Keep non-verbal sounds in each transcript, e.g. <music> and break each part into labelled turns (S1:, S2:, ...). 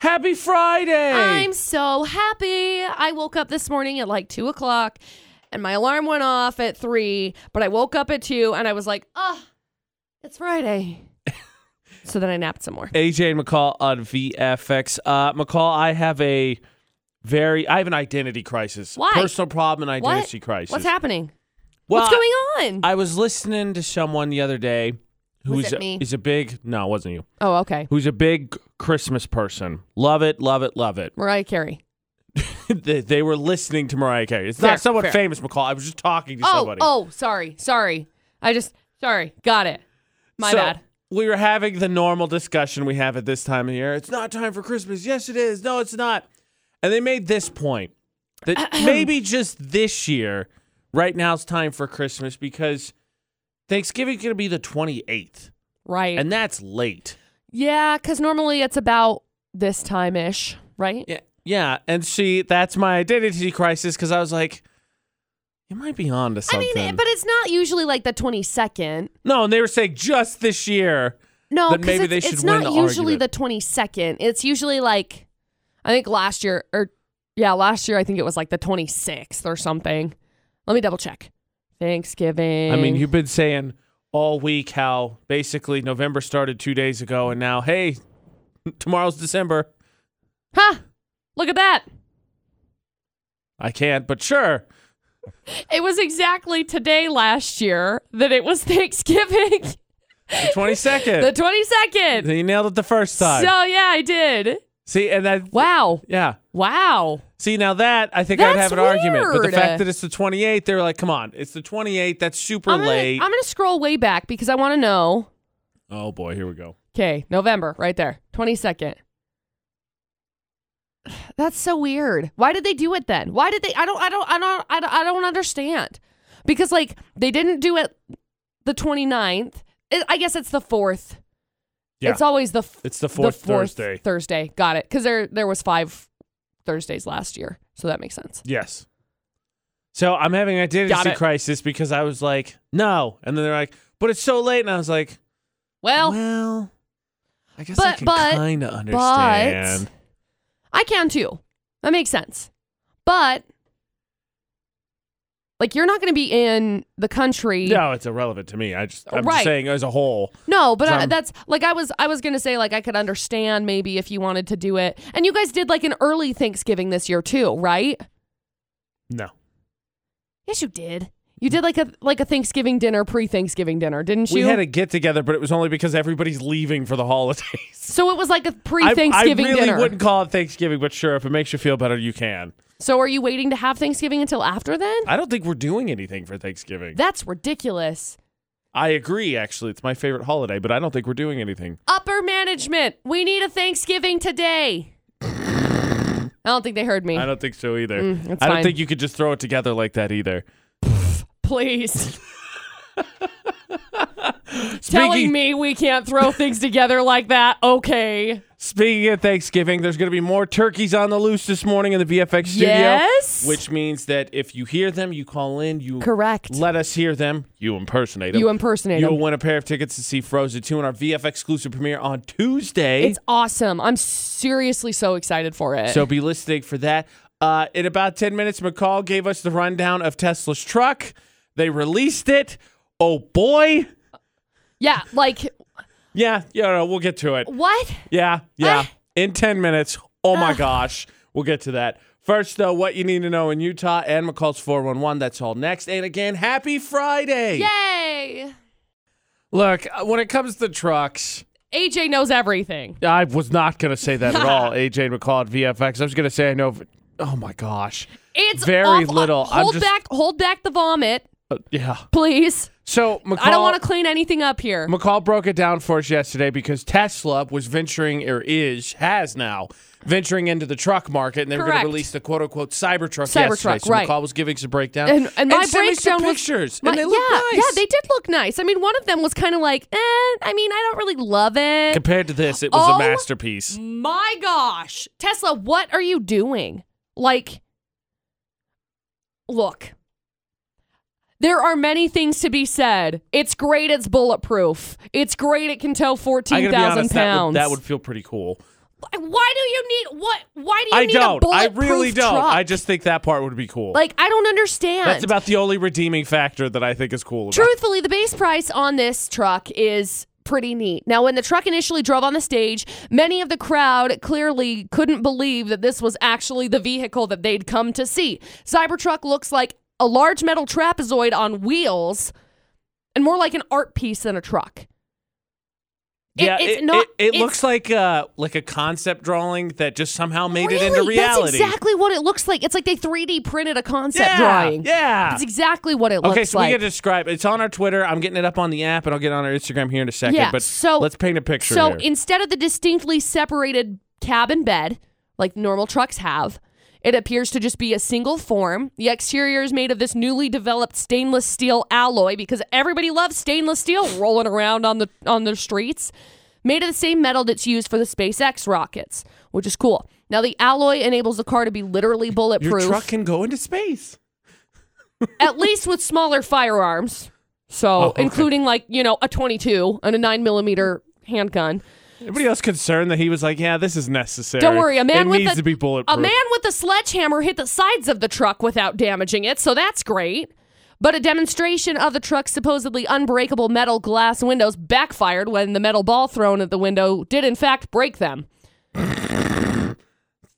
S1: Happy Friday!
S2: I'm so happy. I woke up this morning at like two o'clock and my alarm went off at three, but I woke up at two and I was like, ah,
S1: <laughs>
S2: it's Friday. so then I napped some more.
S1: AJ and McCall on VFX. Uh, McCall, I have a very, I have an identity crisis.
S2: Why?
S1: Personal problem and
S2: What?
S1: identity crisis.
S2: What's happening?
S1: Well,
S2: What's going on?
S1: I was listening to someone the other day
S2: Was
S1: who's
S2: it
S1: a,
S2: me?
S1: is a big, no, it wasn't you,
S2: oh, okay.
S1: who's a big Christmas person. Love it, love it, love it. <laughs>
S2: Mariah Carey.
S1: they, they were listening to Mariah Carey. It's
S2: Fair,
S1: not someone
S2: fair.
S1: famous, McCall. I was just talking to
S2: Oh,
S1: somebody.
S2: oh, sorry, sorry. I just sorry. Got it. My
S1: So,
S2: bad.
S1: We were having the normal discussion we have at this time of year. It's not time for Christmas. Yes, it is. No, it's not. And they made this point
S2: <clears throat>
S1: that maybe just this year, right now, it's time for Christmas because Thanksgiving's going to be the 28th,
S2: Right.
S1: and that's late.
S2: yeah, because normally it's about this time ish, right?
S1: Yeah. Yeah. And see, that's my identity crisis because I was like, you might be on to
S2: I
S1: something.
S2: mean, but it's not usually like the twenty second.
S1: no, and they were saying just this year.
S2: No,
S1: Then
S2: 'cause
S1: maybe
S2: it's,
S1: they should
S2: it's
S1: win
S2: not
S1: the
S2: usually
S1: argument.
S2: the twenty second. It's usually like I think last year or yeah, last year I think it was like the twenty sixth or something. Let me double check. Thanksgiving.
S1: I mean, you've been saying all week how basically November started two days ago, and now, hey, <laughs> tomorrow's December.
S2: Huh. Look at that.
S1: I can't, but sure.
S2: It was exactly today last year that it was <laughs> Thanksgiving. <laughs>
S1: The 22nd.
S2: The 22nd.
S1: you nailed it the first time.
S2: So, yeah, I did.
S1: See, and that,
S2: Wow.
S1: yeah.
S2: Wow.
S1: See, now that, I think I'd
S2: That's
S1: have an argument. But the
S2: weird.
S1: fact that it's the 28th, they were like, come on, it's the 28th. That's super
S2: I'm gonna-
S1: late.
S2: I'm going to scroll way back because I want to know.
S1: oh, boy, here we go.
S2: Okay, November, right there. 22nd. <sighs> That's so weird. Why did they do it then? Why did they I don't I don't I don't I don't, I don't understand. Because like they didn't do it the 29th. It, I guess it's the 4th.
S1: Yeah.
S2: It's always the f-
S1: It's the fourth,
S2: the fourth
S1: Thursday.
S2: Thursday. Got it. Because there there was five Thursdays last year, so that makes sense.
S1: Yes. So I'm having an
S2: Got
S1: identity
S2: it.
S1: crisis because I was like, no. And then they're like, but it's so late. And I was like,
S2: Well,
S1: Well, I guess I
S2: But-
S1: can
S2: but-
S1: kind of understand.
S2: but I can too. That makes sense. But like, you're not going to be in the country.
S1: no, it's irrelevant to me. I just I'm just
S2: Right.
S1: saying as a whole.
S2: No, but I,
S1: Some-
S2: that's like I was I was going to say like I could understand maybe if you wanted to do it. And you guys did like an early Thanksgiving this year too, right?
S1: No.
S2: Yes, you did. You did like a like a Thanksgiving dinner, pre-Thanksgiving dinner, didn't you?
S1: We had a get together, but it was only because everybody's leaving for the holidays.
S2: so it was like a
S1: I, I
S2: pre-Thanksgiving
S1: really
S2: dinner.
S1: wouldn't call it Thanksgiving, but sure, if it makes you feel better, you can.
S2: So are you waiting to have Thanksgiving until after then?
S1: I don't think we're doing anything for Thanksgiving.
S2: That's ridiculous.
S1: I agree, actually. It's my favorite holiday, but I don't think we're doing anything.
S2: Upper management, we need a Thanksgiving today. I don't think they heard me.
S1: I don't think so either.
S2: Mm, it's
S1: I don't
S2: fine.
S1: think you could just throw it together like that either. <laughs>
S2: Please.
S1: Speaking-
S2: Telling me we can't throw things together like that. Okay.
S1: Speaking of Thanksgiving, there's going to be more turkeys on the loose this morning in the VFX studio.
S2: Yes?
S1: Which means that if you hear them, you call in, you
S2: Correct.
S1: let us hear them, you impersonate them.
S2: You impersonate
S1: You'll
S2: them.
S1: win a pair of tickets to see Frozen 2 in our VFX exclusive premiere on Tuesday.
S2: It's awesome. I'm seriously so excited for it.
S1: so be listening for that. Uh, in about 10 minutes, McCall gave us the rundown of Tesla's truck. They released it. Oh, boy.
S2: yeah, like
S1: Yeah, yeah, no, we'll get to it.
S2: what?
S1: Yeah, yeah.
S2: Ah.
S1: In 10 minutes. Oh my gosh. We'll get to that. First, though, what you need to know in Utah and McCall's 411. That's all next. And again, happy Friday.
S2: Yay.
S1: Look, uh, when it comes to trucks,
S2: AJ knows everything.
S1: I was not going to say that at
S2: <laughs>
S1: all, AJ McCall at VFX. I was going to say I know. Oh my gosh.
S2: It's
S1: Very
S2: awful.
S1: little. I'm
S2: Hold
S1: just-
S2: back hold back the vomit,
S1: Uh, yeah.
S2: please.
S1: So, McCall.
S2: I don't want to clean anything up here.
S1: McCall broke it down for us yesterday because Tesla was venturing or is has now venturing into the truck market, and they were going
S2: Correct.
S1: to release the quote unquote Cybertruck
S2: Cybertruck,
S1: yesterday. So
S2: right.
S1: McCall was giving some breakdown
S2: and and my
S1: sent me some
S2: breakdown was
S1: pictures,
S2: my-
S1: and they look
S2: yeah,
S1: nice.
S2: yeah, they did look nice. I mean, one of them was kind of like, eh, I mean, I don't really love it.
S1: compared to this, it was
S2: Oh
S1: a masterpiece.
S2: my gosh, Tesla, what are you doing? Like, look, there are many things to be said. It's great. It's bulletproof. It's great. It can tow
S1: I
S2: fourteen
S1: gotta be
S2: thousand
S1: honest, that
S2: pounds.
S1: would, that would feel pretty cool.
S2: Why do you need what? Why do you
S1: I
S2: need a
S1: don't. I
S2: bulletproof
S1: really don't.
S2: truck?
S1: I just think that part would be cool.
S2: like I don't understand.
S1: That's about the only redeeming factor that I think is cool. About it.
S2: Truthfully, the base price on this truck is pretty neat. Now, when the truck initially drove on the stage, many of the crowd clearly couldn't believe that this was actually the vehicle that they'd come to see. Cybertruck looks like a large metal trapezoid on wheels and more like an art piece than a truck. It-
S1: Yeah,
S2: it's
S1: it,
S2: not-
S1: it- it
S2: it's-
S1: looks like uh like a concept drawing that just somehow made it into
S2: Really?
S1: reality.
S2: That's exactly what it looks like. It's like they 3D printed a concept
S1: yeah,
S2: drawing.
S1: Yeah.
S2: That's exactly what it looks
S1: okay, so
S2: like.
S1: we can describe. It's on our Twitter. I'm getting it up on the app, and I'll get it on our Instagram here in a second.
S2: Yeah,
S1: but
S2: so-
S1: let's paint a picture.
S2: So
S1: here.
S2: instead of the distinctly separated cabin bed, like normal trucks have, it appears to just be a single form. The exterior is made of this newly developed stainless steel alloy because everybody loves stainless steel rolling around on the on the streets. Made of the same metal that's used for the SpaceX rockets, which is cool. Now the alloy enables the car to be literally
S1: your
S2: bulletproof,
S1: truck can go into space.
S2: at least with smaller firearms. So
S1: Oh, okay.
S2: including like you know a 22 and a nine millimeter handgun.
S1: Everybody else concerned that he was like, "Yeah, this is necessary."
S2: Don't worry, a man
S1: it
S2: with
S1: needs
S2: a,
S1: to be bulletproof.
S2: A man with a sledgehammer hit the sides of the truck without damaging it, so that's great. But a demonstration of the truck's supposedly unbreakable metal glass windows backfired when the metal ball thrown at the window did, in fact, break them.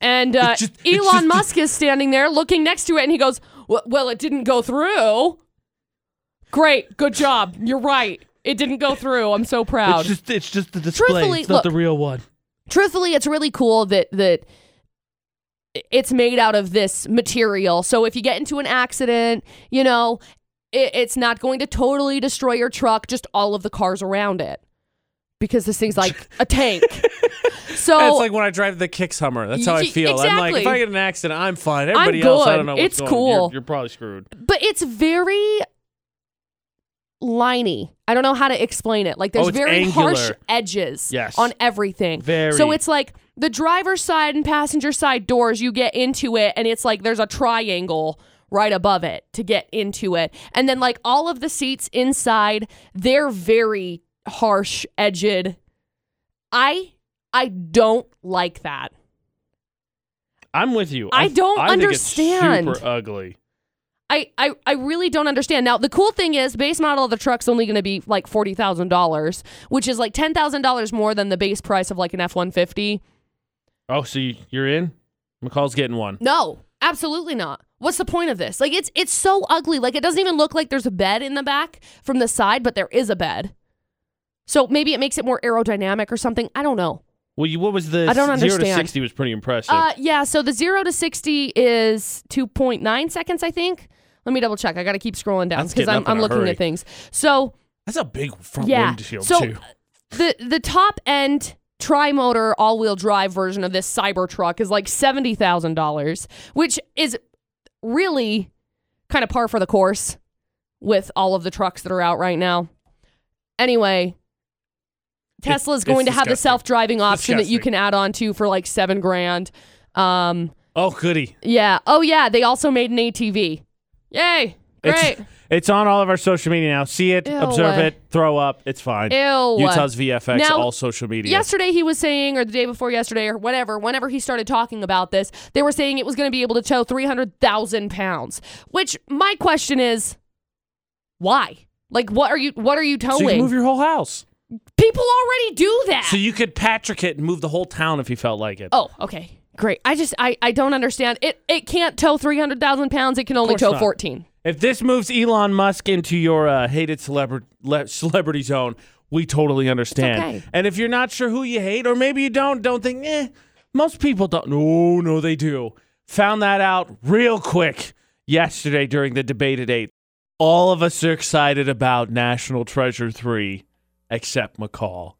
S2: and uh,
S1: It's just- it's
S2: Elon
S1: just-
S2: Musk is standing there looking next to it, and he goes, "Well- "Well, it didn't go through. Great, good job. You're right. It didn't go through. I'm so proud."
S1: just it's just the
S2: Truthfully, It's not the
S1: real one.
S2: truthfully, it's really cool that that it's made out of this material. So if you get into an accident, you know, it, it's not going to totally destroy your truck, just all of the cars around it, because this
S1: <laughs>
S2: thing's like a tank. So
S1: it's like when I drive the Kicks Hummer. That's how I
S2: Ye-
S1: feel. I'm like,
S2: exactly.
S1: if I get in an accident, I'm fine. Everybody else, I
S2: good.
S1: don't know. What's
S2: It's
S1: going on. You're-
S2: cool.
S1: You're, probably screwed.
S2: but it's very liney. I don't know how to explain it. Like there's
S1: Oh, it's
S2: very harsh
S1: angular.
S2: edges
S1: Yes.
S2: on everything.
S1: Very.
S2: So it's like the driver's side and passenger side doors, you get into it and it's like there's a triangle right above it to get into it. And then like all of the seats inside, they're very harsh edged. I I don't like that.
S3: I'm with you.
S2: I
S3: th-
S2: don't understand.
S3: Think it's super ugly.
S2: I, I, I really don't understand. Now, the cool thing is, base model of the truck's only going to be like $40,000, which is like $10,000 more than the base price of like an F 150.
S1: Oh, so you- you're in? McCall's getting one.
S2: No, absolutely not. What's the point of this? Like, it's it's so ugly. Like, it doesn't even look like there's a bed in the back from the side, but there is a bed. So maybe it makes it more aerodynamic or something. I don't know.
S3: Well, you, what was the
S2: I don't
S3: zero to
S2: understand.
S3: sixty was pretty impressive.
S2: Uh, yeah. So the zero to sixty is two point nine seconds, I think. Let me double check. I got to keep scrolling down
S1: That's
S2: because
S1: getting
S2: I'm,
S1: up in
S2: I'm
S1: a
S2: looking
S1: hurry.
S2: at things. So
S1: That's a big front
S2: yeah.
S1: windshield
S2: So
S1: too.
S2: the the top end tri-motor all-wheel drive version of this Cybertruck is like seventy thousand dollars, which is really kind of par for the course with all of the trucks that are out right now. Anyway, Tesla's
S1: it's
S2: going to have the
S1: disgusting.
S2: self-driving option that you
S1: Disgusting.
S2: can add on to for like seven grand. Um,
S1: Oh, goody.
S2: yeah. Oh yeah, they also made an ATV. Yay! Great.
S1: It's, it's on all of our social media now. See it,
S2: Ew.
S1: observe it, throw up. It's fine.
S2: Ew.
S1: Utah's VFX,
S2: Now-
S1: all social media.
S2: Yesterday he was saying, or the day before yesterday, or whatever, whenever he started talking about this, they were saying it was going to be able to tow 300,000 pounds. Which my question is, why? Like, what are you? What are you
S1: so you
S2: towing?
S1: can move your whole house.
S2: People already do that.
S1: So you could Patrick it and move the whole town if you felt like it.
S2: oh, okay, great. I just I I don't understand. It it can't tow 300,000 pounds. It can only
S1: course
S2: tow
S1: not.
S2: 14.
S1: If this moves Elon Musk into your uh, hated celebra- le- celebrity zone, we totally understand.
S2: okay.
S1: And if you're not sure who you hate, or maybe you don't, don't think, eh, most people don't. No, no, they do. Found that out real quick yesterday during the debate at 8. All of us are excited about National Treasure 3, except McCall.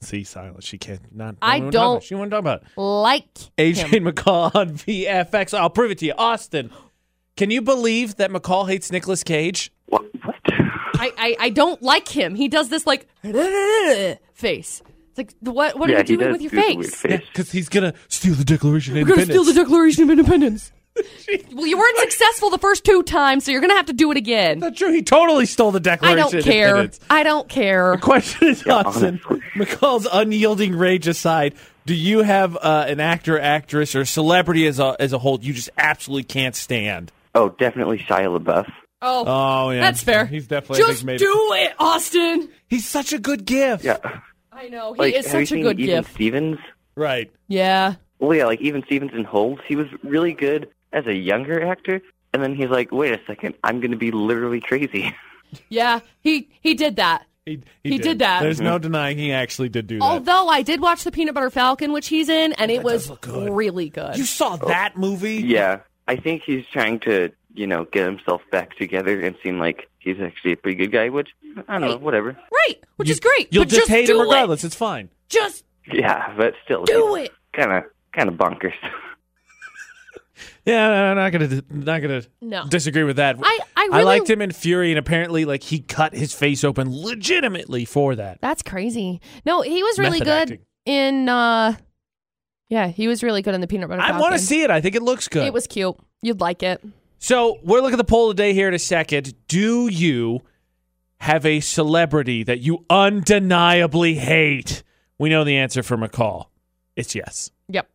S1: See, silence. She can't. Not,
S2: I
S1: wanna talk about it.
S2: don't-
S1: She want to talk about it.
S2: Like
S1: AJ
S2: him.
S1: McCall on VFX. I'll prove it to you. Austin, can you believe that McCall hates Nicolas Cage?
S4: What? what?
S2: I, I I don't like him. He does this like <laughs> face. It's like what what are you doing with your
S4: this
S2: face?
S4: weird
S1: Because he's going to steal the Declaration of
S2: We're gonna
S1: Independence.
S2: steal the Declaration
S1: <laughs>
S2: of Independence. well, you weren't successful the first two times, so you're gonna have to do it again.
S1: Not true. He totally stole the
S2: I
S1: Declaration
S2: don't
S1: of
S2: care.
S1: Independence.
S2: I don't care.
S1: Question is, Austin,
S4: honestly.
S1: McCall's unyielding rage aside, Do you have uh, an actor, actress, or celebrity as a as a whole you just absolutely can't stand?
S4: Oh, definitely Shia LaBeouf.
S2: Oh,
S1: Oh yeah,
S2: that's fair.
S1: He's definitely
S2: Just do it, Austin.
S1: He's such a good gift.
S4: Yeah.
S2: I know he
S4: Like,
S2: is
S4: have you
S2: such a
S4: seen
S2: good
S4: Even
S2: gift.
S4: Stevens?
S1: Right.
S2: Yeah.
S4: Well, yeah, like even Stevens and Holmes, he was really good as a younger actor, and then he's like, wait a second, I'm going to be
S2: <laughs>
S4: literally crazy.
S2: Yeah, he he did that.
S1: He,
S2: He did that.
S1: There's no denying he actually did do that.
S2: Although I did watch the Peanut Butter Falcon, which he's in, and it was
S1: look good.
S2: really good.
S1: you saw that movie?
S4: yeah, I think he's trying to, you know, get himself back together and seem like he's actually a pretty good guy, which, I don't know, whatever.
S2: right, which is great.
S1: You'll
S2: but
S1: just hate
S2: do
S1: him
S2: it.
S1: regardless. It's fine.
S2: Just
S4: Yeah, but still.
S2: do it.
S4: Kind of, kind of bonkers.
S1: Yeah, no, I'm not gonna not gonna
S2: No,
S1: disagree with that.
S2: I I really
S1: I liked him in Fury, and apparently, like he cut his face open legitimately for that.
S2: That's crazy. No, he was really
S1: Method
S2: good
S1: acting.
S2: in. uh Yeah, he was really good in the Peanut Butter.
S1: I want to
S2: Falcon.
S1: see it. I think it looks good.
S2: It was cute. You'd like it.
S1: so we're looking at the poll today here in a second. Do you have a celebrity that you undeniably hate? We know the answer from a call. It's yes.
S2: Yep.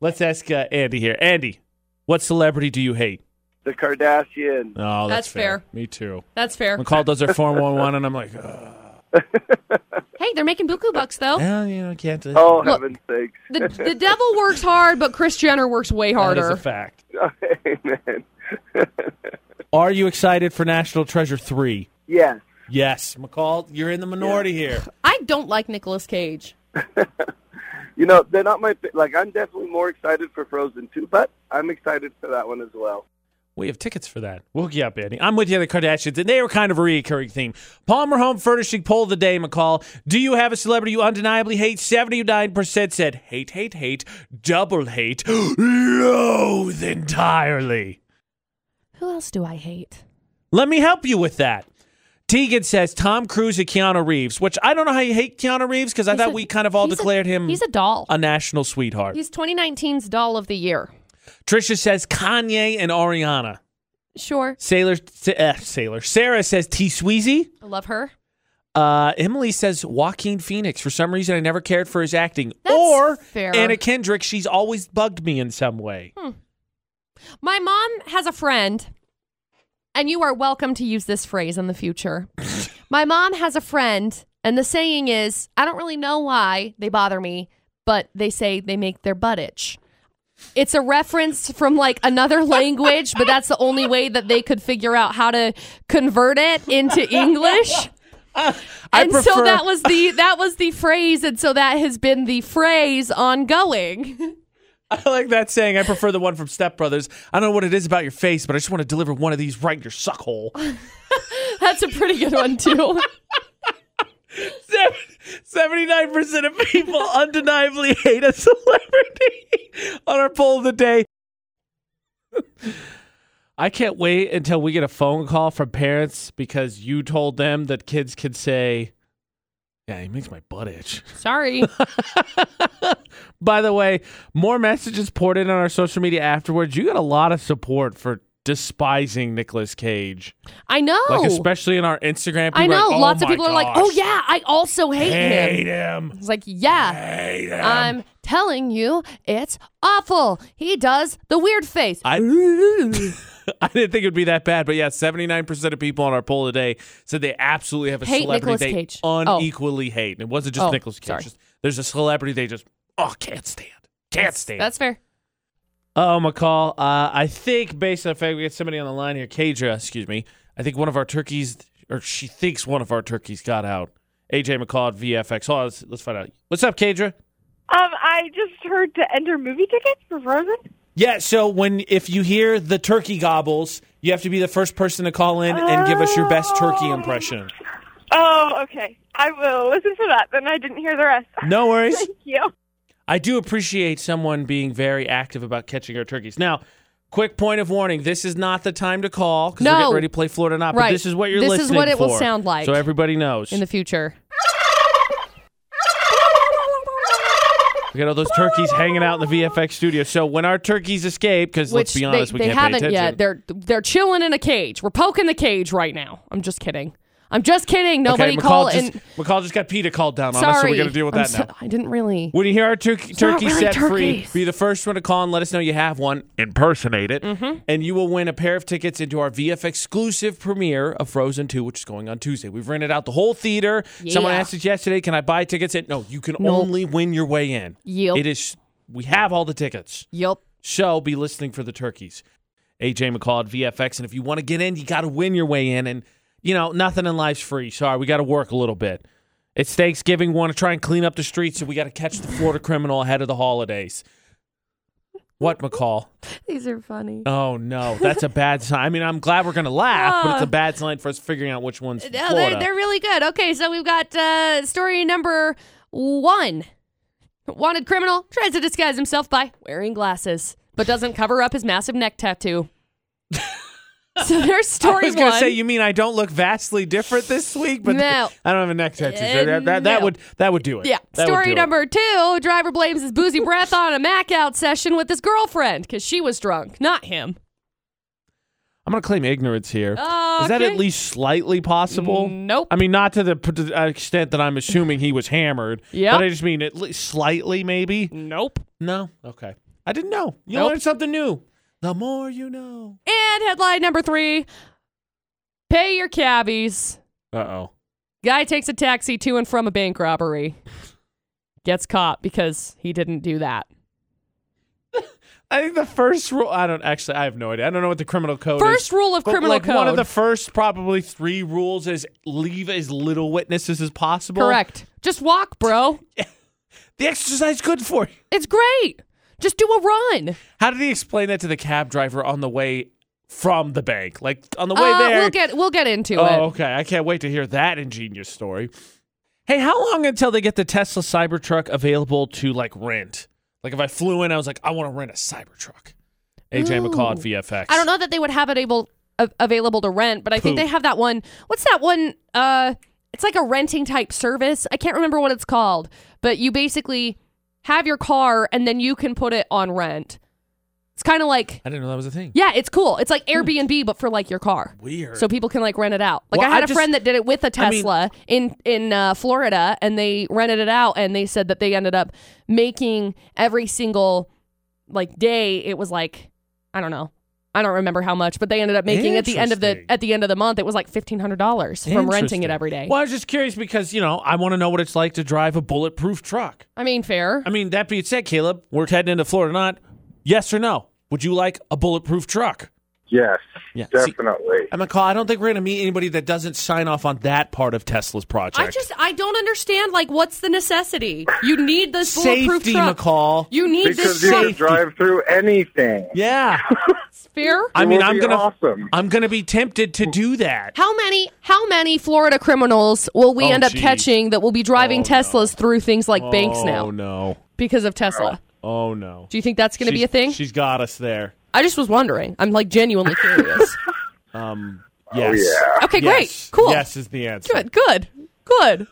S1: Let's ask uh, Andy here. Andy, what celebrity do you hate?
S5: The Kardashian.
S1: Oh, that's,
S2: That's fair.
S1: Me too.
S2: That's fair.
S1: McCall does her 411, and I'm like, Ugh.
S2: Hey, they're making buku bucks
S1: <laughs>
S2: though.
S1: yeah, you know, can't. uh, do
S5: Oh,
S2: Look.
S5: heaven's sakes. <laughs>
S2: The the devil works hard, but Chris Jenner works way
S1: that is a
S2: harder.
S1: fact.
S5: Amen. <laughs>
S1: Are you excited for National Treasure 3?
S5: yes.
S1: Yes. McCall, you're in the minority here.
S2: I don't like Nicolas Cage.
S5: You know, they're not my, fa- like, I'm definitely more excited for Frozen 2, but I'm excited for that one as well.
S1: We have tickets for that. We'll hook you up, Andy. I'm with you, the Kardashians, and they were kind of a recurring theme. Palmer Home Furnishing poll of the day, McCall. Do you have a celebrity you undeniably hate? 79% said hate, hate, hate, double hate, <gasps> loathe entirely.
S2: Who else do I hate?
S1: Let me help you with that. Tegan says Tom Cruise and Keanu Reeves, which I don't know how you hate Keanu Reeves because I
S2: He's
S1: thought
S2: a-
S1: we kind of all
S2: he's a-
S1: declared him
S2: He's a doll.
S1: a national sweetheart.
S2: He's 2019's doll of the year.
S1: Trisha says Kanye and Ariana.
S2: Sure,
S1: Sailor, sa- uh, Sailor. Sarah says T. Sweezy.
S2: I love her.
S1: Uh, Emily says Joaquin Phoenix. For some reason, I never cared for his acting.
S2: That's
S1: or
S2: fair. Hmm.
S1: Anna Kendrick. She's always bugged me in some way.
S2: My mom has a friend, and you are welcome to use this phrase in
S1: <laughs>
S2: the future. My mom has a friend, and the saying is, I don't really know why they bother me, but they say they make their butt itch. It's a reference from like
S1: <laughs>
S2: another language, but that's the only way that they could figure out how to convert it into English.
S1: <laughs> I
S2: and so
S1: prefer- <laughs>
S2: that was the that was the phrase, and so that has been the phrase ongoing. <laughs>
S1: I like that saying. I prefer the one from Step Brothers. I don't know what it is about your face, but I just want to deliver one of these right in your suckhole.
S2: That's a pretty good
S1: <laughs>
S2: one too.
S1: Seventy-nine percent of people <laughs> undeniably hate a celebrity <laughs> on our poll of the day. I can't wait until we get a phone call from parents because you told them that kids could say, "Yeah, he makes my butt itch." <laughs>
S2: Sorry.
S1: By the way, more messages poured in on our social media afterwards. You got a lot of support for despising Nicolas Cage,
S2: I know.
S1: like especially in our Instagram.
S2: Oh.
S1: people
S2: I
S1: are
S2: know.
S1: like, "Oh
S2: Lots of
S1: my
S2: people are like,
S1: gosh,
S2: "Oh yeah, I also hate him."
S1: hate him."
S2: It's like, yeah,
S1: Hate him.
S2: I'm telling you, it's awful. He does the weird face.
S1: I, <laughs> I didn't think it would be that bad, but yeah, seventy nine percent of people on our poll today said they absolutely have a
S2: Hate
S1: celebrity
S2: Nicolas
S1: they
S2: Cage. Oh.
S1: unequally hate. And it wasn't just
S2: Oh,
S1: Nicholas Cage.
S2: sorry.
S1: Just- there's a celebrity they just oh can't stand, can't stand.
S2: That's fair.
S1: oh McCall, uh, I think based on the fact we got somebody on the line here, Caja, excuse me. I think one of our turkeys, or she thinks one of our turkeys got out. AJ McCall at VFX. Hold on, Oh, let's, let's find out. What's up, Cadra?
S6: Um, I just heard to enter movie tickets for Frozen.
S1: Yeah, so when if you hear the turkey gobbles, you have to be the first person to call in and give us your best turkey impression.
S6: Oh, okay. I will listen for that. Then I didn't hear the rest. <laughs>
S1: No
S2: <laughs>
S1: worries.
S6: Thank you.
S1: I do appreciate someone being very active about catching our turkeys. Now, quick point of warning: this is not the time to call because we're
S2: No.
S1: getting ready to play Florida Not. But
S2: Right.
S1: this is what you're
S2: This is
S1: listening
S2: what it will
S1: for,
S2: sound like
S1: so everybody knows.
S2: In the future.
S1: we got all those turkeys hanging out in the VFX studio. So when our turkeys escape, because let's
S2: Which
S1: be honest,
S2: they,
S1: we
S2: they
S1: can't pay
S2: haven't
S1: attention.
S2: yet. They're they're chilling in a cage. We're poking the cage right now. I'm just kidding. I'm just kidding. Nobody
S1: okay, McCall
S2: call
S1: just,
S2: in.
S1: McCall just got PETA called down on us, so
S2: Sorry.
S1: we're gonna deal with
S2: I'm
S1: that
S2: so-
S1: now.
S2: <laughs> I didn't really.
S1: When you hear our tur- turkey
S2: really
S1: set free,
S2: turkeys.
S1: be the first one to call and let us know you have one. Impersonate it,
S2: Mm-hmm.
S1: and you will win a pair of tickets into our VF exclusive premiere of Frozen 2, which is going on Tuesday. We've rented out the whole theater. Someone
S2: Yeah.
S1: asked us yesterday, "Can I buy tickets?" And no, you can
S2: Nope.
S1: only win your way in.
S2: Yep.
S1: It is. We have all the tickets.
S2: Yup.
S1: So be listening for the turkeys. AJ McCall at VFX. And if you want to get in, you got to win your way in. And, you know, nothing in life's free. Sorry, we got to work a little bit. It's Thanksgiving. We want to try and clean up the streets, so we got to catch the Florida criminal ahead of the holidays. What, McCall?
S2: These are funny.
S1: Oh, no. That's a bad sign. I mean, I'm glad we're going to laugh, but it's a
S2: Ah.
S1: bad sign for us figuring out which one's from
S2: No, Oh, they're,
S1: Florida.
S2: they're really good. Okay, so we've got uh, story number one. Wanted criminal tries to disguise himself by wearing glasses, but doesn't cover up his massive
S1: <laughs>
S2: neck tattoo. so there's
S1: I
S2: story
S1: was
S2: one.
S1: gonna say, you mean I don't look vastly different this week? But
S2: No.
S1: I don't have a neck tattoo. so
S2: Uh,
S1: that, that, that
S2: no.
S1: would that would do it.
S2: yeah.
S1: That would do
S2: Story
S1: it.
S2: number two driver blames his boozy breath on a Mac out session with his girlfriend because she was drunk, not him.
S1: I'm gonna claim ignorance here. Is
S2: Oh,
S1: that at least slightly possible?
S2: Nope.
S1: I mean, not to the, p- to the extent that I'm assuming he was hammered.
S2: Yep.
S1: But I just mean at least slightly, maybe.
S2: nope.
S1: No. Okay. I didn't know. You
S2: Nope.
S1: learned something new. The more you know.
S2: And headline number three pay your cabbies.
S1: Uh oh.
S2: Guy takes a taxi to and from a bank robbery. Gets caught because he didn't do that.
S1: I think the first rule. I don't actually. I have no idea. I don't know what the criminal code is.
S2: First rule of
S1: But,
S2: criminal
S1: like,
S2: code.
S1: One of the first, probably three rules is leave as little witnesses as possible.
S2: Correct. Just walk, bro.
S1: The exercise good for you.
S2: It's great. Just do a run.
S1: How did he explain that to the cab driver on the way from the bank? Like on the way
S2: Uh,
S1: there.
S2: We'll get we'll get into
S1: oh,
S2: it.
S1: okay. I can't wait to hear that ingenious story. Hey, how long until they get the Tesla Cybertruck available to like rent? Like if I flew in, I was like, I want to rent a Cybertruck. AJ
S2: Ooh.
S1: McCall at VFX.
S2: I don't know that they would have it able a- available to rent, but I think
S1: Poo.
S2: they have that one. What's that one? Uh, it's like a renting type service. I can't remember what it's called, but you basically have your car and then you can put it on rent. It's kind of like
S1: I didn't know that was a thing.
S2: Yeah, it's cool. It's like Airbnb, but for like your car.
S1: Hmm. Weird.
S2: So people can like rent it out. Like
S1: Well,
S2: I had
S1: I
S2: a
S1: just-
S2: friend that did it with a
S1: I mean-
S2: Tesla in in uh, Florida, and they rented it out, and they said that they ended up making every single like day. It was like I don't know, I don't remember how much, but they ended up making at the end of the
S1: Interesting.
S2: at the end of the month, it was like fifteen hundred dollars from renting it
S1: Interesting.
S2: every day.
S1: Well, I was just curious because, you know, I want to know what it's like to drive a bulletproof truck.
S2: I mean, fair.
S1: I mean, that being said, Caleb, we're heading into Florida or not. Yes or no? Would you like a bulletproof truck?
S5: Yes,
S1: Yeah. See, uh,
S5: definitely.
S1: I'm gonna call. I don't think we're gonna meet anybody that doesn't sign off on that part of Tesla's project.
S2: I just I don't understand. Like, what's the necessity? You need this bulletproof
S1: safety,
S2: truck.
S1: McCall.
S2: You need
S5: Because
S2: this
S5: you can
S2: safe.
S5: drive through anything. <laughs>
S1: Yeah,
S2: Fair.
S1: I
S5: It
S1: mean,
S5: will
S1: I'm
S5: be
S1: gonna,
S5: awesome.
S1: I'm gonna be tempted to do that.
S2: How many how many Florida criminals will we
S1: Oh,
S2: end up
S1: geez.
S2: catching that will be driving
S1: Oh,
S2: Teslas through things like banks now
S1: Oh no!
S2: because of Tesla?
S1: Oh no!
S2: Do you think that's going to be
S1: She's-
S2: a thing?
S1: She's got us there.
S2: I just was wondering. I'm like
S1: <laughs>
S2: genuinely curious.
S1: Um. Yes.
S5: Oh, yeah.
S2: Okay,
S1: Yes.
S2: great. Cool.
S1: Yes is the answer.
S2: Good. Good. Good.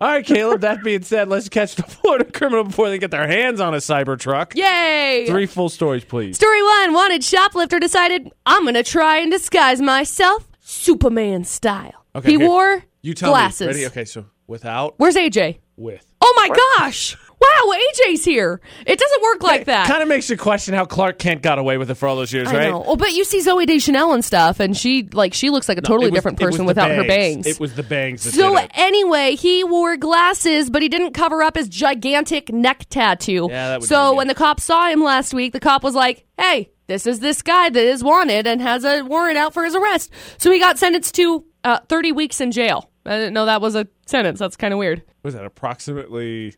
S1: All right, Caleb. That being said, let's catch the Florida criminal before they get their hands on a Cybertruck.
S2: Yay.
S1: Three full stories, please.
S2: Story 1, wanted shoplifter decided I'm going to try and disguise myself Superman style.
S1: Okay,
S2: he
S1: here.
S2: wore
S1: You tell
S2: glasses.
S1: me. Ready? Okay. So without,
S2: Where's AJ?
S1: with.
S2: Oh my gosh. Wow, AJ's here. It doesn't work like that.
S1: Kind of makes you question how Clark Kent got away with it for all those years,
S2: I
S1: right?
S2: know. Oh, but you see Zoe Deschanel and stuff, and she like she looks like a
S1: No,
S2: totally
S1: it was-
S2: different
S1: it was
S2: person
S1: the
S2: without her bangs.
S1: It was the bangs. That
S2: so
S1: did it.
S2: anyway, he wore glasses, but he didn't cover up his gigantic neck tattoo.
S1: Yeah, that would do
S2: so
S1: it.
S2: when the cop saw him last week, the cop was like, "Hey, this is this guy that is wanted and has a warrant out for his arrest." So he got sentenced to uh, 30 weeks in jail. I didn't know that was a sentence. That's kind of weird.
S1: was that approximately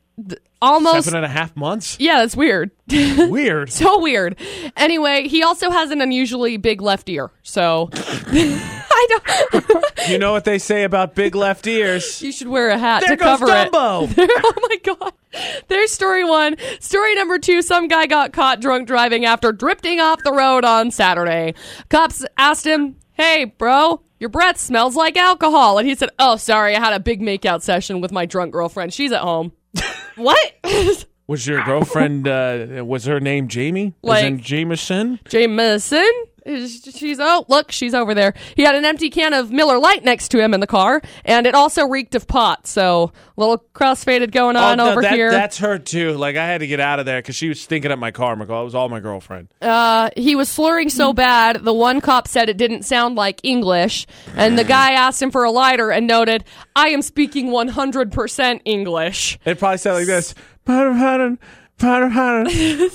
S2: Almost.
S1: seven and a half months?
S2: Yeah, that's weird. <laughs>
S1: Weird.
S2: so weird. Anyway, he also has an unusually big left ear. So <laughs> I don't.
S1: You know what they say about big left ears?
S2: <laughs> you should wear a hat
S1: there
S2: to
S1: goes
S2: cover
S1: Dumbo.
S2: it. <laughs> oh my god. There's story one. Story number two. Some guy got caught drunk driving after drifting off the road on Saturday. Cops asked him, "Hey, bro." Your breath smells like alcohol. And he said, Oh, sorry, I had a big makeout session with my drunk girlfriend. She's
S1: <laughs>
S2: at home. what? <laughs>
S1: Was your girlfriend? Uh, was her name Jamie? As in
S2: Like-
S1: Jameson?
S2: Jameson? She's oh look, she's over there. He had an empty can of Miller Lite next to him in the car, and it also reeked of pot. So a little crossfaded going on
S1: Oh, no,
S2: over
S1: that-
S2: here.
S1: That's her too. Like I had to get out of there because she was stinking up my car. Michael, it was all my girlfriend.
S2: Uh, he was slurring so bad, the one cop said it didn't sound like English, and the guy asked him for a lighter and noted, "I am speaking 100% English."
S1: It probably sounded like
S2: <laughs>
S1: this. Powder, powder, powder, powder,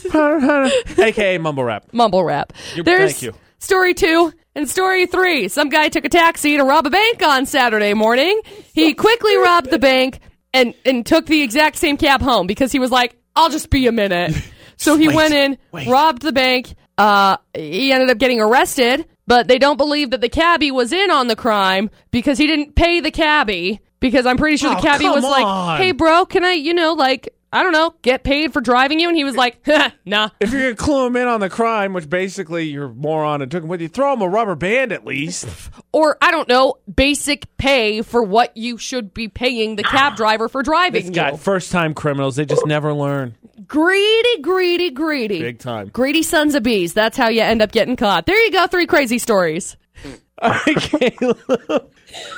S1: powder, powder.
S2: <laughs>
S1: AKA mumble rap.
S2: mumble rap.
S1: You-
S2: There's
S1: thank you.
S2: story two and story three. Some guy took a taxi to rob a bank on Saturday morning. He quickly robbed
S1: <laughs>
S2: the bank and and took the exact same cab home because he was like, "I'll just be
S1: <laughs>
S2: a minute." So he went in, robbed the bank. Uh, he ended up getting arrested, but they don't believe that the cabbie was in on the crime because he didn't pay the cabbie. Because I'm pretty sure the
S1: Oh,
S2: cabbie
S1: come
S2: was
S1: on.
S2: like, "Hey, bro, can I, you know, like." I don't know, get paid for driving you? And he was like, <laughs> nah,
S1: If you're gonna clue him in on the crime, which basically you're a moron and took him with you, throw him a rubber band at least. <laughs>
S2: or I don't know, basic pay for what you should be paying the
S1: Ah.
S2: cab driver for driving
S1: It's
S2: you.
S1: got first time criminals. They just never learn.
S2: greedy, greedy, greedy.
S1: Big time.
S2: Greedy sons of bees. That's how you end up getting caught. There you go, three crazy stories.
S1: <laughs> All right, Caleb.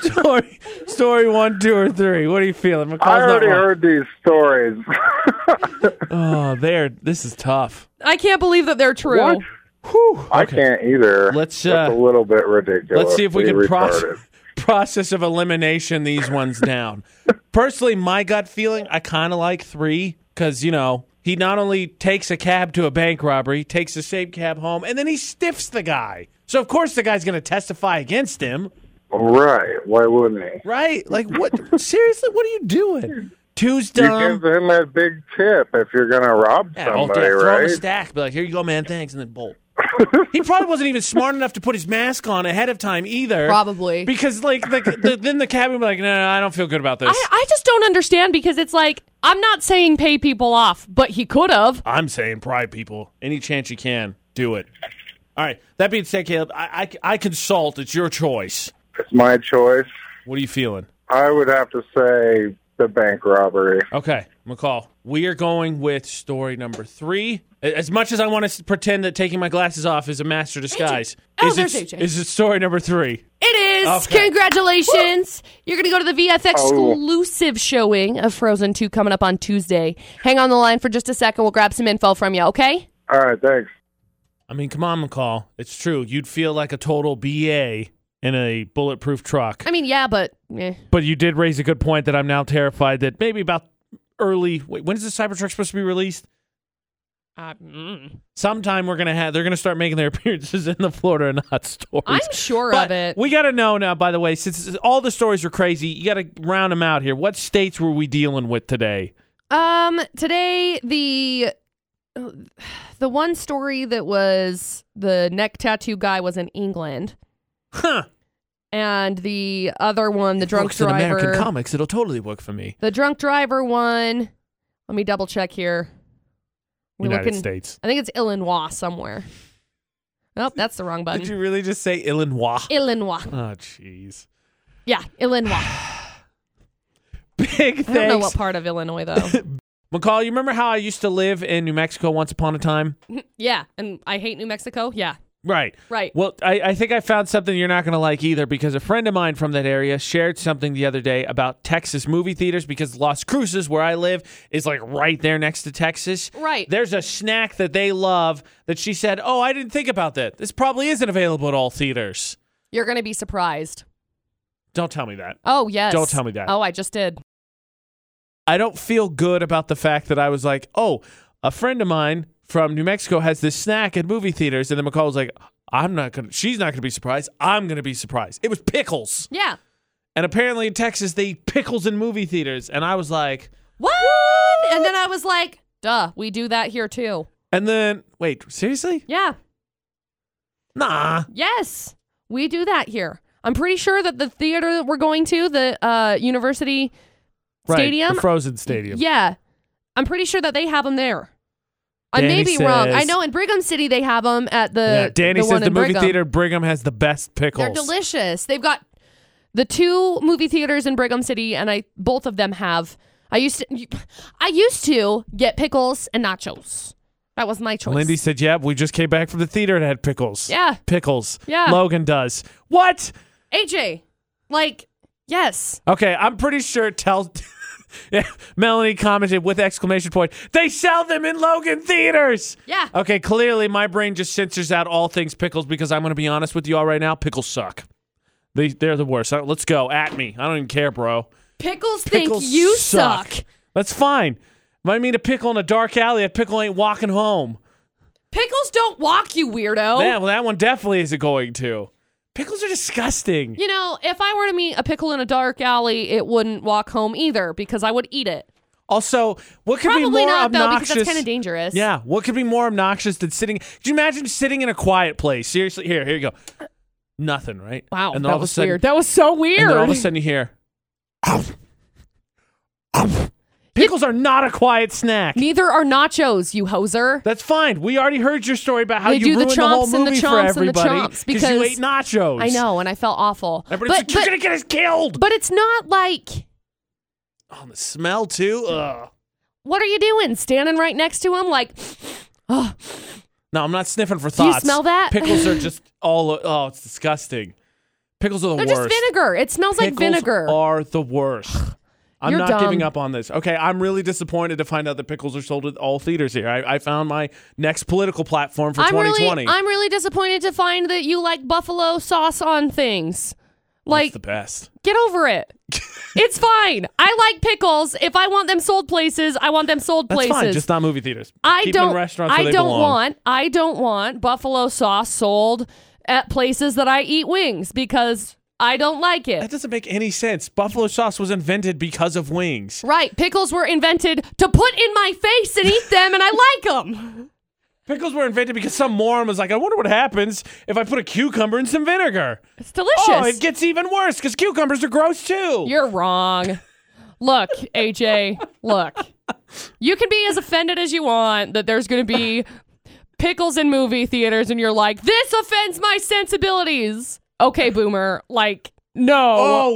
S1: story, story one, two, or three. What are you feeling?
S5: I
S1: McCall's not
S5: already
S1: wrong.
S5: heard these stories. <laughs>
S1: Oh, there. This is tough.
S2: I can't believe that they're true.
S5: What? I can't either.
S3: Let's,
S5: That's
S3: uh,
S5: a little bit ridiculous.
S1: Let's see if we can
S5: process.
S1: process <laughs> process of elimination these ones down. Personally, my gut feeling, I kind of like three because you know he not only takes a cab to a bank robbery, takes the same cab home, and then he stiffs the guy. So of course the guy's going to testify against him,
S5: Right? Why wouldn't he?
S1: right? Like what? <laughs> seriously, what are you doing? Two's
S5: You
S1: dumb.
S5: give him a big tip if you're going to rob
S1: um, Yeah, oh,
S5: somebody,
S1: yeah, throw him a
S5: right?
S1: stack. Be like, here you go, man. Thanks, and then
S5: <laughs>
S1: bolt. he probably wasn't even smart enough to put his mask on ahead of time either.
S2: Probably.
S1: because like
S2: <laughs>
S1: the, the, then the cabin be like, no, no, no, I don't feel good about this.
S2: I, I just don't understand because it's like, I'm not saying pay people off, but he could have.
S1: I'm saying pride people. Any chance you can, do it. All right. That being said, Caleb, I, I, I consult. It's your choice.
S5: It's my choice.
S1: What are you feeling?
S5: I would have to say the bank robbery.
S1: Okay, McCall. We are going with story number three. A- As much as I want to pretend that taking my glasses off is a master disguise,
S2: Oh,
S1: is,
S2: there's
S1: it,
S2: AJ.
S1: is it story number three?
S2: It is.
S1: Okay.
S2: Congratulations. You're going to go to the VF
S5: Oh.
S2: exclusive showing of Frozen 2 coming up on Tuesday. Hang on the line for just a second. We'll grab some info from you, okay?
S5: All right, thanks.
S1: I mean, come on, McCall. It's true. You'd feel like a total BA in a bulletproof truck.
S2: I mean, yeah, but eh.
S1: But you did raise a good point that I'm now terrified that maybe about early. Wait, when is the Cybertruck supposed to be released? Sometime we're gonna have. They're gonna start making their <laughs> appearances in the Florida or not stories.
S2: I'm sure
S1: But
S2: of it.
S1: We gotta know now. By the way, since all the stories are crazy, you gotta round them out here. What states were we dealing with today?
S2: Um, today the oh, the one story that was the neck tattoo guy was in England,
S1: Huh?
S2: and the other one, the drunk
S1: Works in American
S2: driver,
S1: comics. It'll totally work for me.
S2: the drunk driver one. Let me double check here. We're
S1: United
S2: looking-
S1: States.
S2: I think it's Illinois somewhere. Oh, that's the wrong
S1: Did <laughs>
S2: button.
S1: you really just say Illinois?
S2: Illinois.
S1: <laughs> oh, jeez.
S2: Yeah, Illinois.
S1: Big
S2: I don't know what
S1: thanks,
S2: part of
S1: <laughs>
S2: Illinois though.
S1: McCall. You remember how I used to live in New Mexico once upon a time?
S2: yeah, and I hate New Mexico. Yeah,
S1: Right.
S2: right.
S1: Well, I, I think I found something you're not going to like either because a friend of mine from that area shared something the other day about Texas movie theaters because Las Cruces, where I live, is like right there next to Texas.
S2: Right.
S1: There's a snack that they love that she said, Oh, I didn't think about that. This probably isn't available at all theaters.
S2: You're gonna be surprised.
S1: Don't tell me that.
S2: Oh yes.
S1: Don't tell me that.
S2: Oh, I just did.
S1: I don't feel good about the fact that I was like, Oh, a friend of mine from New Mexico has this snack at movie theaters. And then McCall was like, I'm not going to, she's not going to be surprised. I'm going to be surprised. It was pickles.
S2: Yeah.
S1: And apparently in Texas, they eat pickles in movie theaters. And I was like,
S2: What? And then I was like, duh, we do that here too.
S1: and then, wait, seriously?
S2: Yeah.
S1: Nah.
S2: Yes. We do that here. I'm pretty sure that the theater that we're going to, the uh, university stadium.
S1: Right, the Frozen Stadium.
S2: Yeah. I'm pretty sure that they have them there. I may
S1: Danny
S2: be wrong.
S1: says-
S2: I know in Brigham City they have them at the.
S1: Yeah, Danny
S2: the
S1: says
S2: one
S1: the
S2: in
S1: movie
S2: Brigham.
S1: theater Brigham has the best pickles.
S2: They're delicious. They've got the two movie theaters in Brigham City, and I both of them have. I used to, I used to get pickles and nachos. That was my choice.
S1: Lindy said, "Yep, we just came back from the theater and had pickles."
S2: Yeah.
S1: pickles.
S2: Yeah.
S1: Logan does. What?
S2: AJ, like, yes.
S1: Okay, I'm pretty sure. Tell. <laughs> Yeah, Melanie commented with exclamation point. They sell them in Logan theaters.
S2: Yeah.
S1: Okay, clearly my brain just censors out all things pickles because I'm going to be honest with you all right now. Pickles suck. They they're the worst. Uh, Let's go at me. I don't even care, bro.
S2: Pickles,
S1: Pickles
S2: think you suck.
S1: That's fine. If I mean a pickle in a dark alley, that pickle ain't walking home.
S2: Pickles don't walk, you weirdo.
S1: Yeah, well, that one definitely isn't going to. Pickles are disgusting.
S2: You know, if I were to meet a pickle in a dark alley, it wouldn't walk home either because I would eat it.
S1: Also, what could be
S2: Probably
S1: more
S2: not, though,
S1: obnoxious?
S2: because that's kind of dangerous.
S1: Yeah, what could be more obnoxious than sitting? Could you imagine sitting in a quiet place? Seriously, here, here you go. Nothing, right?
S2: Wow.
S1: And then
S2: that
S1: all of a
S2: was
S1: sudden,
S2: weird. That was so weird.
S1: and then all of a sudden you hear, pickles are not a quiet snack.
S2: Neither are nachos, you hoser.
S1: That's fine. We already heard your story about how
S2: They
S1: you
S2: do the
S1: ruined the, whole
S2: chomps and the
S1: movie for
S2: chomps and the
S1: everybody
S2: chomps
S1: you
S2: because-
S1: ate nachos.
S2: I know, and I felt awful.
S1: Everybody's like, you're gonna get us killed.
S2: but it's not like,
S1: oh, the smell too. Ugh.
S2: what are you doing? Standing right next to him, like, <sighs> oh,
S1: No, I'm not sniffing for
S2: Do you
S1: thoughts.
S2: smell that?
S1: Pickles
S2: <laughs>
S1: are just all. Oh, it's disgusting. Pickles are the
S2: they're
S1: worst.
S2: just vinegar. It smells like
S1: Pickles
S2: vinegar.
S1: Are the worst.
S2: <sighs>
S1: I'm
S2: You're
S1: not
S2: dumb.
S1: giving up on this. Okay, I'm really disappointed to find out that pickles are sold at all theaters here. I, I found my next political platform for
S2: I'm
S1: 2020.
S2: really, I'm really disappointed to find that you like buffalo sauce on things.
S1: That's
S2: Like,
S1: the best.
S2: get over
S1: <laughs>
S2: it. it's fine. I like pickles. If I want them sold places, I want them sold
S1: That's
S2: places.
S1: fine. Just not movie theaters.
S2: I
S1: Keep them in
S2: don't.
S1: restaurants where
S2: I
S1: they
S2: don't
S1: belong.
S2: want. I don't want buffalo sauce sold at places that I eat wings because I don't like
S1: That
S2: it.
S1: doesn't make any sense. Buffalo sauce was invented because of wings.
S2: Right, pickles were invented to put in my face and eat them, and I like them.
S1: Pickles were invented because some moron was like, I wonder what happens if I put a cucumber in some vinegar.
S2: It's delicious.
S1: Oh, it gets even worse because cucumbers are gross too.
S2: You're wrong. Look, AJ, look. You can be as offended as you want that there's going to be pickles in movie theaters and you're like, this offends my sensibilities. Okay, boomer. Like, no.
S1: Oh,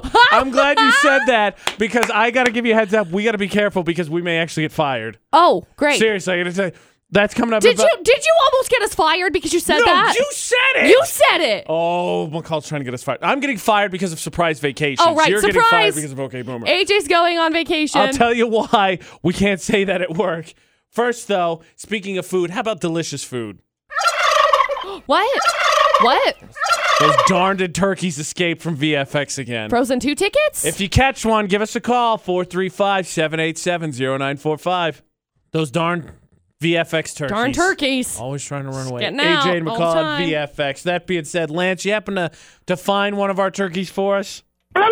S1: whoa.
S2: <laughs>
S1: I'm glad you said that because I got to give you a heads up. We got to be careful because we may actually get fired.
S2: Oh, great.
S1: Seriously, I got to tell you, that's coming up.
S2: Did
S1: about-
S2: you did you almost get us fired because you said
S1: No,
S2: that?
S1: you said it.
S2: You said it.
S1: Oh, McCall's trying to get us fired. I'm getting fired because of surprise vacations.
S2: Oh, right,
S1: You're getting fired
S2: surprise.
S1: because of OK Boomer.
S2: AJ's going on vacation.
S1: I'll tell you why we can't say that at work. First, though, speaking of food, how about delicious food?
S2: what? What?
S1: Those darned turkeys escaped from VFX again.
S2: Frozen 2 tickets?
S1: If you catch one, give us a call 435 787 0945. Those darn VFX turkeys.
S2: Darn turkeys.
S1: Always trying to run away.
S2: getting out
S1: AJ and
S2: all the
S1: McCall at
S2: time.
S1: VFX. That being said, Lance, you happen to, to find one of our turkeys for us? <laughs>
S2: Yay!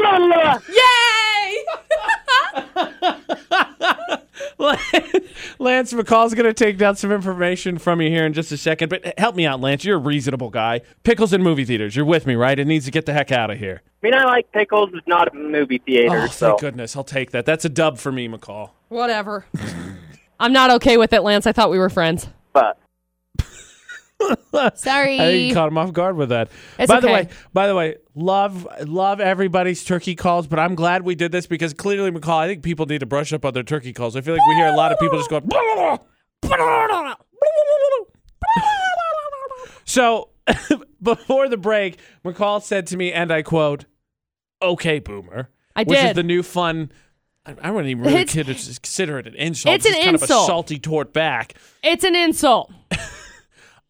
S2: <laughs>
S1: Lance McCall's going to take down some information from you here in just a second, but help me out, Lance. You're a reasonable guy. Pickles in movie theaters. You're with me, right? It needs to get the heck out of here.
S4: I mean, I like pickles, but not a movie theater.
S1: Oh,
S4: so
S1: thank goodness. I'll take that. That's a dub for me,
S4: <laughs>
S1: McCall.
S2: Whatever. I'm not okay with it, Lance. I thought we were friends.
S4: but
S2: Sorry.
S1: I think you caught him off guard with that.
S2: It's
S1: by the
S2: okay.
S1: way, by the way, love love everybody's turkey calls, but I'm glad we did this because clearly, McCall, I think people need to brush up on their turkey calls. I feel like we hear a lot of people just going. <laughs> so <laughs> before the break, McCall said to me, and I quote, "Okay, boomer."
S2: I
S1: Which is
S2: did.
S1: the new fun. I I wouldn't even really
S2: It's-
S1: kid- consider it an insult.
S2: It's an
S1: just kind of a
S2: insult.
S1: salty tort back.
S2: it's an insult.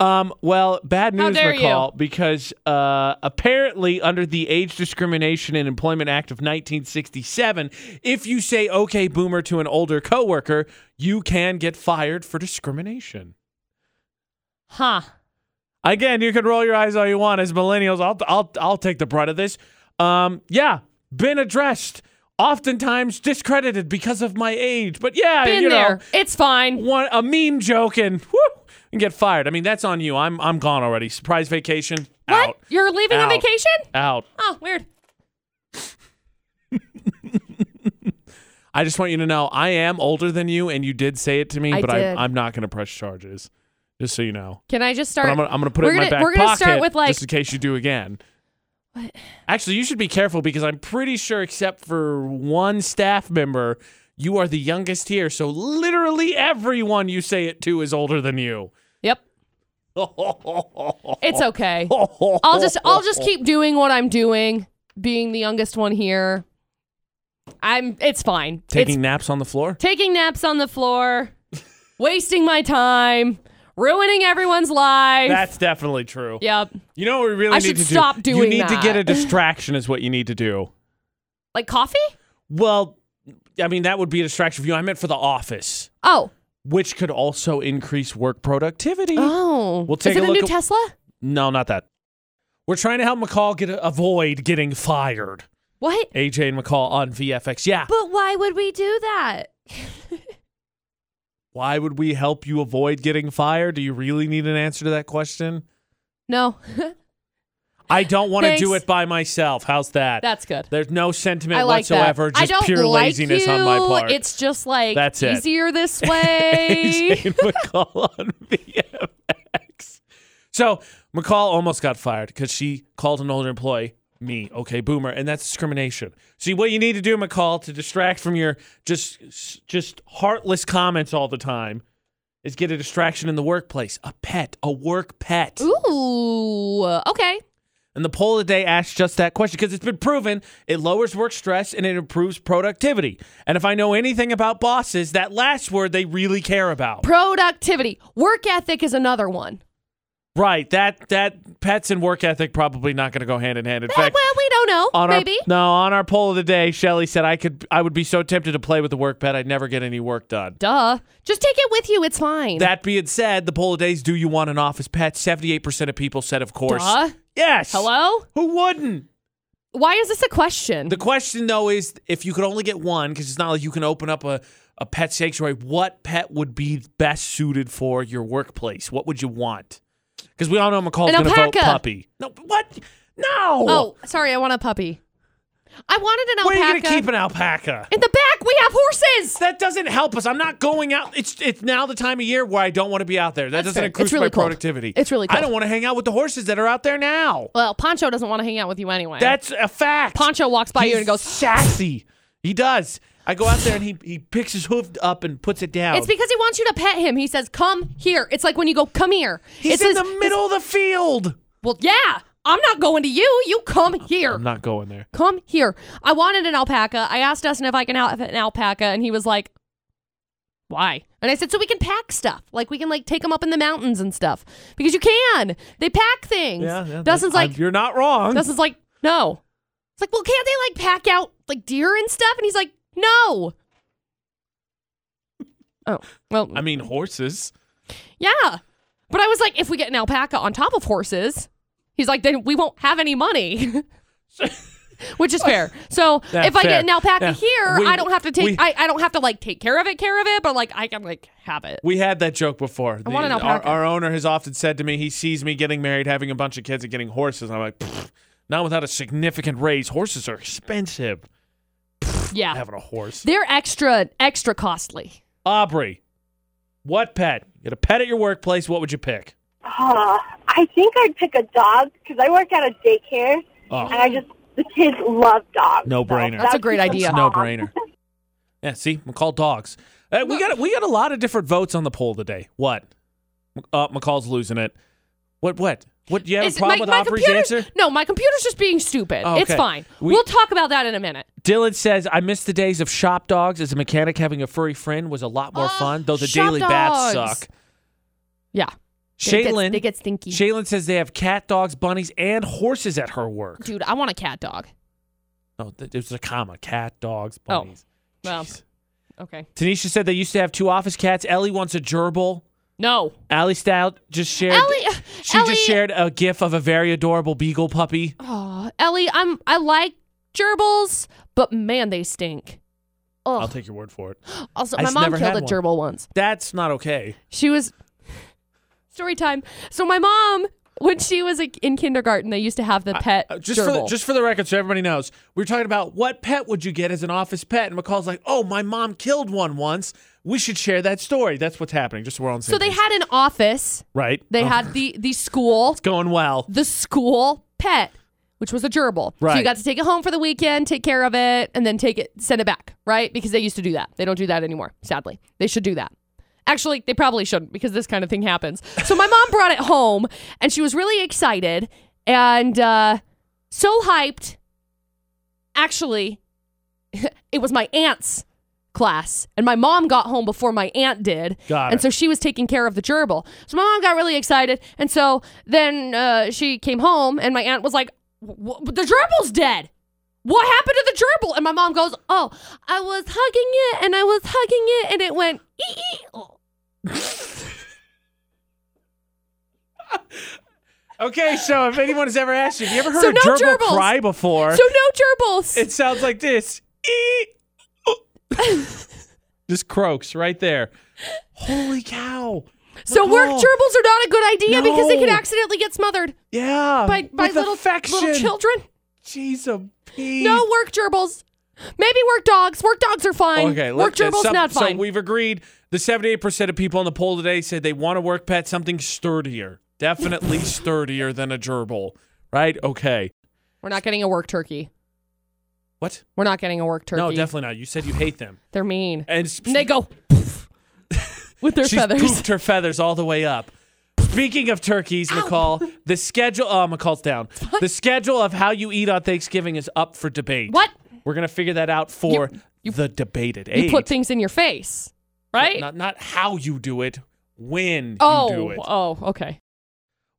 S1: Um, well, bad
S2: How
S1: news,
S2: dare you.
S1: McCall, because uh, apparently, under the Age Discrimination and Employment Act of 1967, if you say "Okay, Boomer" to an older coworker, you can get fired for discrimination.
S2: Huh.
S1: Again, you can roll your eyes all you want as millennials. I'll I'll I'll take the brunt of this. Um, yeah, been addressed, oftentimes discredited because of my age. But yeah,
S2: Been
S1: you know,
S2: there. It's fine.
S1: one a mean joke and whoo, and get fired. I mean, that's on you. I'm I'm gone already. Surprise vacation
S2: What?
S1: out.
S2: You're leaving
S1: Out.
S2: on vacation?
S1: Out.
S2: Oh, weird.
S1: I just want you to know I am older than you, and you did say it to me,
S2: I
S1: but
S2: did.
S1: I, I'm not going to press charges. Just so you know,
S2: Can I just
S1: but
S2: start?
S1: I'm gonna, I'm gonna put it
S2: we're
S1: in my
S2: gonna-
S1: back
S2: we're gonna
S1: pocket
S2: start with, like-
S1: just in case you do again.
S2: What?
S1: Actually, you should be careful because I'm pretty sure, except for one staff member, you are the youngest here, so literally everyone you say it to is older than you. <laughs>
S2: Yep. It's
S1: Oh.
S2: okay. I'll just I'll just keep doing what I'm doing, being the youngest one here. I'm it's fine.
S1: taking
S2: it's
S1: naps on the floor.
S2: taking naps on the floor, wasting my time, ruining everyone's life.
S1: That's definitely true.
S2: yep.
S1: You know what we really
S2: I
S1: need
S2: should
S1: to
S2: stop
S1: do? You
S2: doing
S1: need to
S2: that. <laughs>
S1: get a distraction is what you need to do.
S2: Like coffee?
S1: Well, I mean that would be a distraction for you. I meant for the office,
S2: Oh.
S1: which could also increase work productivity.
S2: Oh.
S1: We'll take
S2: Is it
S1: a
S2: a
S1: look
S2: new
S1: at-
S2: Tesla?
S1: No, not that. We're trying to help McCall get avoid getting fired.
S2: What?
S1: AJ and McCall on VFX. Yeah.
S2: But why would we do that?
S1: Why would we help you avoid getting fired? Do you really need an answer to that question?
S2: No. <laughs>
S1: I don't want to
S2: Thanks.
S1: do it by myself. How's that?
S2: That's good.
S1: There's no sentiment
S2: I like
S1: whatsoever,
S2: that.
S1: just
S2: I don't
S1: pure
S2: like
S1: laziness on my
S2: you.
S1: part.
S2: It's just like
S1: That's it.
S2: easier
S1: <laughs>
S2: this way.
S1: AJ McCall on <laughs> VFX. So McCall almost got fired because she called an older employee me, okay, boomer, and that's discrimination. See what you need to do, McCall, to distract from your just just heartless comments all the time is get a distraction in the workplace, a pet, a work pet.
S2: Ooh. Okay.
S1: And the poll of the day asked just that question because it's been proven it lowers work stress and it improves productivity. And if I know anything about bosses, that last word they really care about.
S2: Productivity. Work ethic is another one.
S1: Right. That that pets and work ethic probably not going to go hand in hand. In
S2: Eh,
S1: fact,
S2: well, we don't know.
S1: on our
S2: Maybe.
S1: no on our poll of the day, Shelly said I could I would be so tempted to play with the work pet I'd never get any work done.
S2: Duh. Just take it with you. It's fine.
S1: That being said, the poll of the days: Do you want an office pet? Seventy-eight percent of people said, of course.
S2: Duh.
S1: Yes.
S2: Hello?
S1: Who wouldn't?
S2: Why is this a question?
S1: The question though is, if you could only get one, because it's not like you can open up a a pet sanctuary. What pet would be best suited for your workplace? What would you want? Because we all know McCall's
S2: An
S1: going to vote
S2: alpaca.
S1: puppy. No, what? No.
S2: oh, sorry. I want a puppy. I wanted an
S1: Where are you
S2: alpaca.
S1: gonna keep an alpaca?
S2: In the back, we have horses.
S1: That doesn't help us. I'm not going out. It's it's now the time of year where I don't want to be out there. That
S2: That's
S1: doesn't
S2: fair.
S1: increase
S2: It's really
S1: my
S2: cold.
S1: productivity.
S2: It's really
S1: I
S2: cold.
S1: don't want to hang out with the horses that are out there now.
S2: Well, Poncho doesn't want to hang out with you anyway.
S1: That's a fact.
S2: Poncho walks by you
S1: He's
S2: and goes,
S1: sassy. He does. I go out there and he he picks his hoof up and puts it down.
S2: It's because he wants you to pet him. He says, "Come here." It's like when you go, "Come here."
S1: he's
S2: it's
S1: in
S2: his-
S1: the middle of the field.
S2: Well, yeah. I'm not going to you. You come here.
S1: I'm not going there.
S2: Come here. I wanted an alpaca. I asked Dustin if I can have an alpaca, and he was like, "Why?" And I said, "So we can pack stuff. Like we can like take them up in the mountains and stuff because you can. They pack things." Dustin's like,
S1: you're not wrong.
S2: Dustin's like, "No." It's like, well, can't they like pack out like deer and stuff? And he's like, "No." <laughs> Oh well,
S1: I mean horses.
S2: Yeah. But I was like, if we get an alpaca on top of horses, he's like, then we won't have any money. <laughs> Which is fair. So
S1: That's
S2: if I
S1: fair.
S2: get an alpaca
S1: Yeah.
S2: here,
S1: We-
S2: I don't have to take
S1: we-
S2: I, I don't have to like take care of it, care of it, but like I can like have it.
S1: We had that joke before. The-
S2: want an
S1: our,
S2: alpaca.
S1: our owner has often said to me, he sees me getting married, having a bunch of kids, and getting horses. And I'm like, "Pfft, not without a significant raise. Horses are expensive.
S2: Yeah.
S1: Having a horse.
S2: They're extra extra costly.
S1: Aubrey, what pet? You got a pet at your workplace. What would you pick?
S6: Uh, I think I'd pick a dog because I work at a daycare,
S1: Oh.
S6: and I just the kids love dogs.
S1: No
S6: so
S1: brainer.
S2: That's a
S6: I'd
S2: great
S6: pick
S2: idea.
S1: It's a
S2: Yeah.
S1: no
S6: dog.
S1: brainer. Yeah, see, McCall dogs. Uh, we got we got a lot of different votes on the poll today. What? Uh, McCall's losing it. What? What? What? Do you have
S2: Is-
S1: a problem with Aubrey's
S2: computer's-
S1: answer?
S2: No, my computer's just being stupid.
S1: Oh,
S2: It's
S1: okay.
S2: fine.
S1: We-
S2: We, will talk about that in a minute.
S1: Dylan says, I miss the days of shop dogs. As a mechanic, having a furry friend was a lot more
S2: Oh,
S1: fun, though the
S2: shop
S1: daily baths
S2: dogs.
S1: suck.
S2: Yeah. They get-
S1: Shaylin,
S2: they get stinky.
S1: Shaylin says they have cat dogs, bunnies, and horses at her work.
S2: Dude, I want a cat dog.
S1: No, th- there's a comma. Cat, dogs,
S2: Oh,
S1: bunnies.
S2: well.
S1: Jeez.
S2: Okay.
S1: Tanisha said they used to have two office cats. Ellie wants a gerbil.
S2: No.
S1: Allie Stout just shared.
S2: Ellie uh,
S1: she
S2: Ellie-
S1: just shared a gif of a very adorable beagle puppy.
S2: Oh, Ellie, I'm I like gerbils, but man, they stink.
S1: I'll
S2: Oh,
S1: take your word for it.
S2: also,
S1: I
S2: my
S1: just
S2: mom
S1: never
S2: killed
S1: had
S2: a
S1: one.
S2: gerbil once.
S1: That's not okay.
S2: She was <laughs> story time. So my mom, when she was like, in kindergarten, they used to have the pet
S1: Uh, just for
S2: gerbil.
S1: the, just for the record, so everybody knows, we were talking about what pet would you get as an office pet, and McCall's like, "Oh, my mom killed one once. We should share that story." That's what's happening. Just so we're on. the
S2: so
S1: same
S2: they
S1: page.
S2: had an office.
S1: right.
S2: They
S1: Oh,
S2: had the the school,
S1: going well.
S2: the school pet. which was a gerbil. So
S1: Right.
S2: you got to take it home for the weekend, take care of it, and then take it, send it back, right? Because they used to do that. They don't do that anymore, sadly. They should do that. Actually, they probably shouldn't because this kind of thing happens. So my mom brought it home and she was really excited and uh, so hyped. Actually, <laughs> it was my aunt's class and my mom got home before my aunt did
S3: Got
S2: and
S3: it.
S2: so she was taking care of the gerbil so my mom got really excited and so then uh, she came home and my aunt was like "W- w- the gerbil's dead what happened to the gerbil and my mom goes oh i was hugging it and i was hugging it and it went ee, ee, oh."
S1: Okay, so if anyone has ever asked you, have you ever heard
S2: So
S1: a
S2: no
S1: gerbil
S2: gerbils.
S1: cry before?
S2: so no gerbils
S1: it sounds like this. E, oh. Ee!
S2: <laughs>
S3: Just croaks right there.
S1: Holy cow.
S2: so work
S1: Oh.
S2: gerbils are not a good idea because they could
S1: No.
S2: accidentally get smothered
S1: Yeah.
S2: by, by
S1: with
S2: little,
S1: affection.
S2: little children
S1: Jeez, a pea.
S2: No work gerbils. Maybe work dogs. Work dogs are fine.
S1: Okay,
S2: work
S1: let's-
S2: gerbils
S1: some-
S2: not
S1: So
S2: fine.
S1: we've agreed the 78% of people on the poll today said they want to work pet something sturdier.
S2: <laughs>
S1: Definitely sturdier than a gerbil, right? Okay.
S2: We're not getting a work turkey.
S1: What?
S2: We're not getting a work turkey.
S1: No, definitely not. You said you hate them.
S2: They're mean.
S1: And sp-
S2: And
S1: <laughs>
S2: they go with their
S1: she's
S2: feathers.
S1: pooped her feathers all the way up. Speaking of turkeys, McCall, the schedule. Oh, McCall's down. The schedule of how you eat on Thanksgiving is up for debate.
S2: What?
S1: We're gonna figure that out for
S2: you-
S1: the debated
S2: You
S1: age.
S2: put things in your face, right?
S1: not not how you do it, when
S2: oh,
S1: you do it.
S2: oh, okay.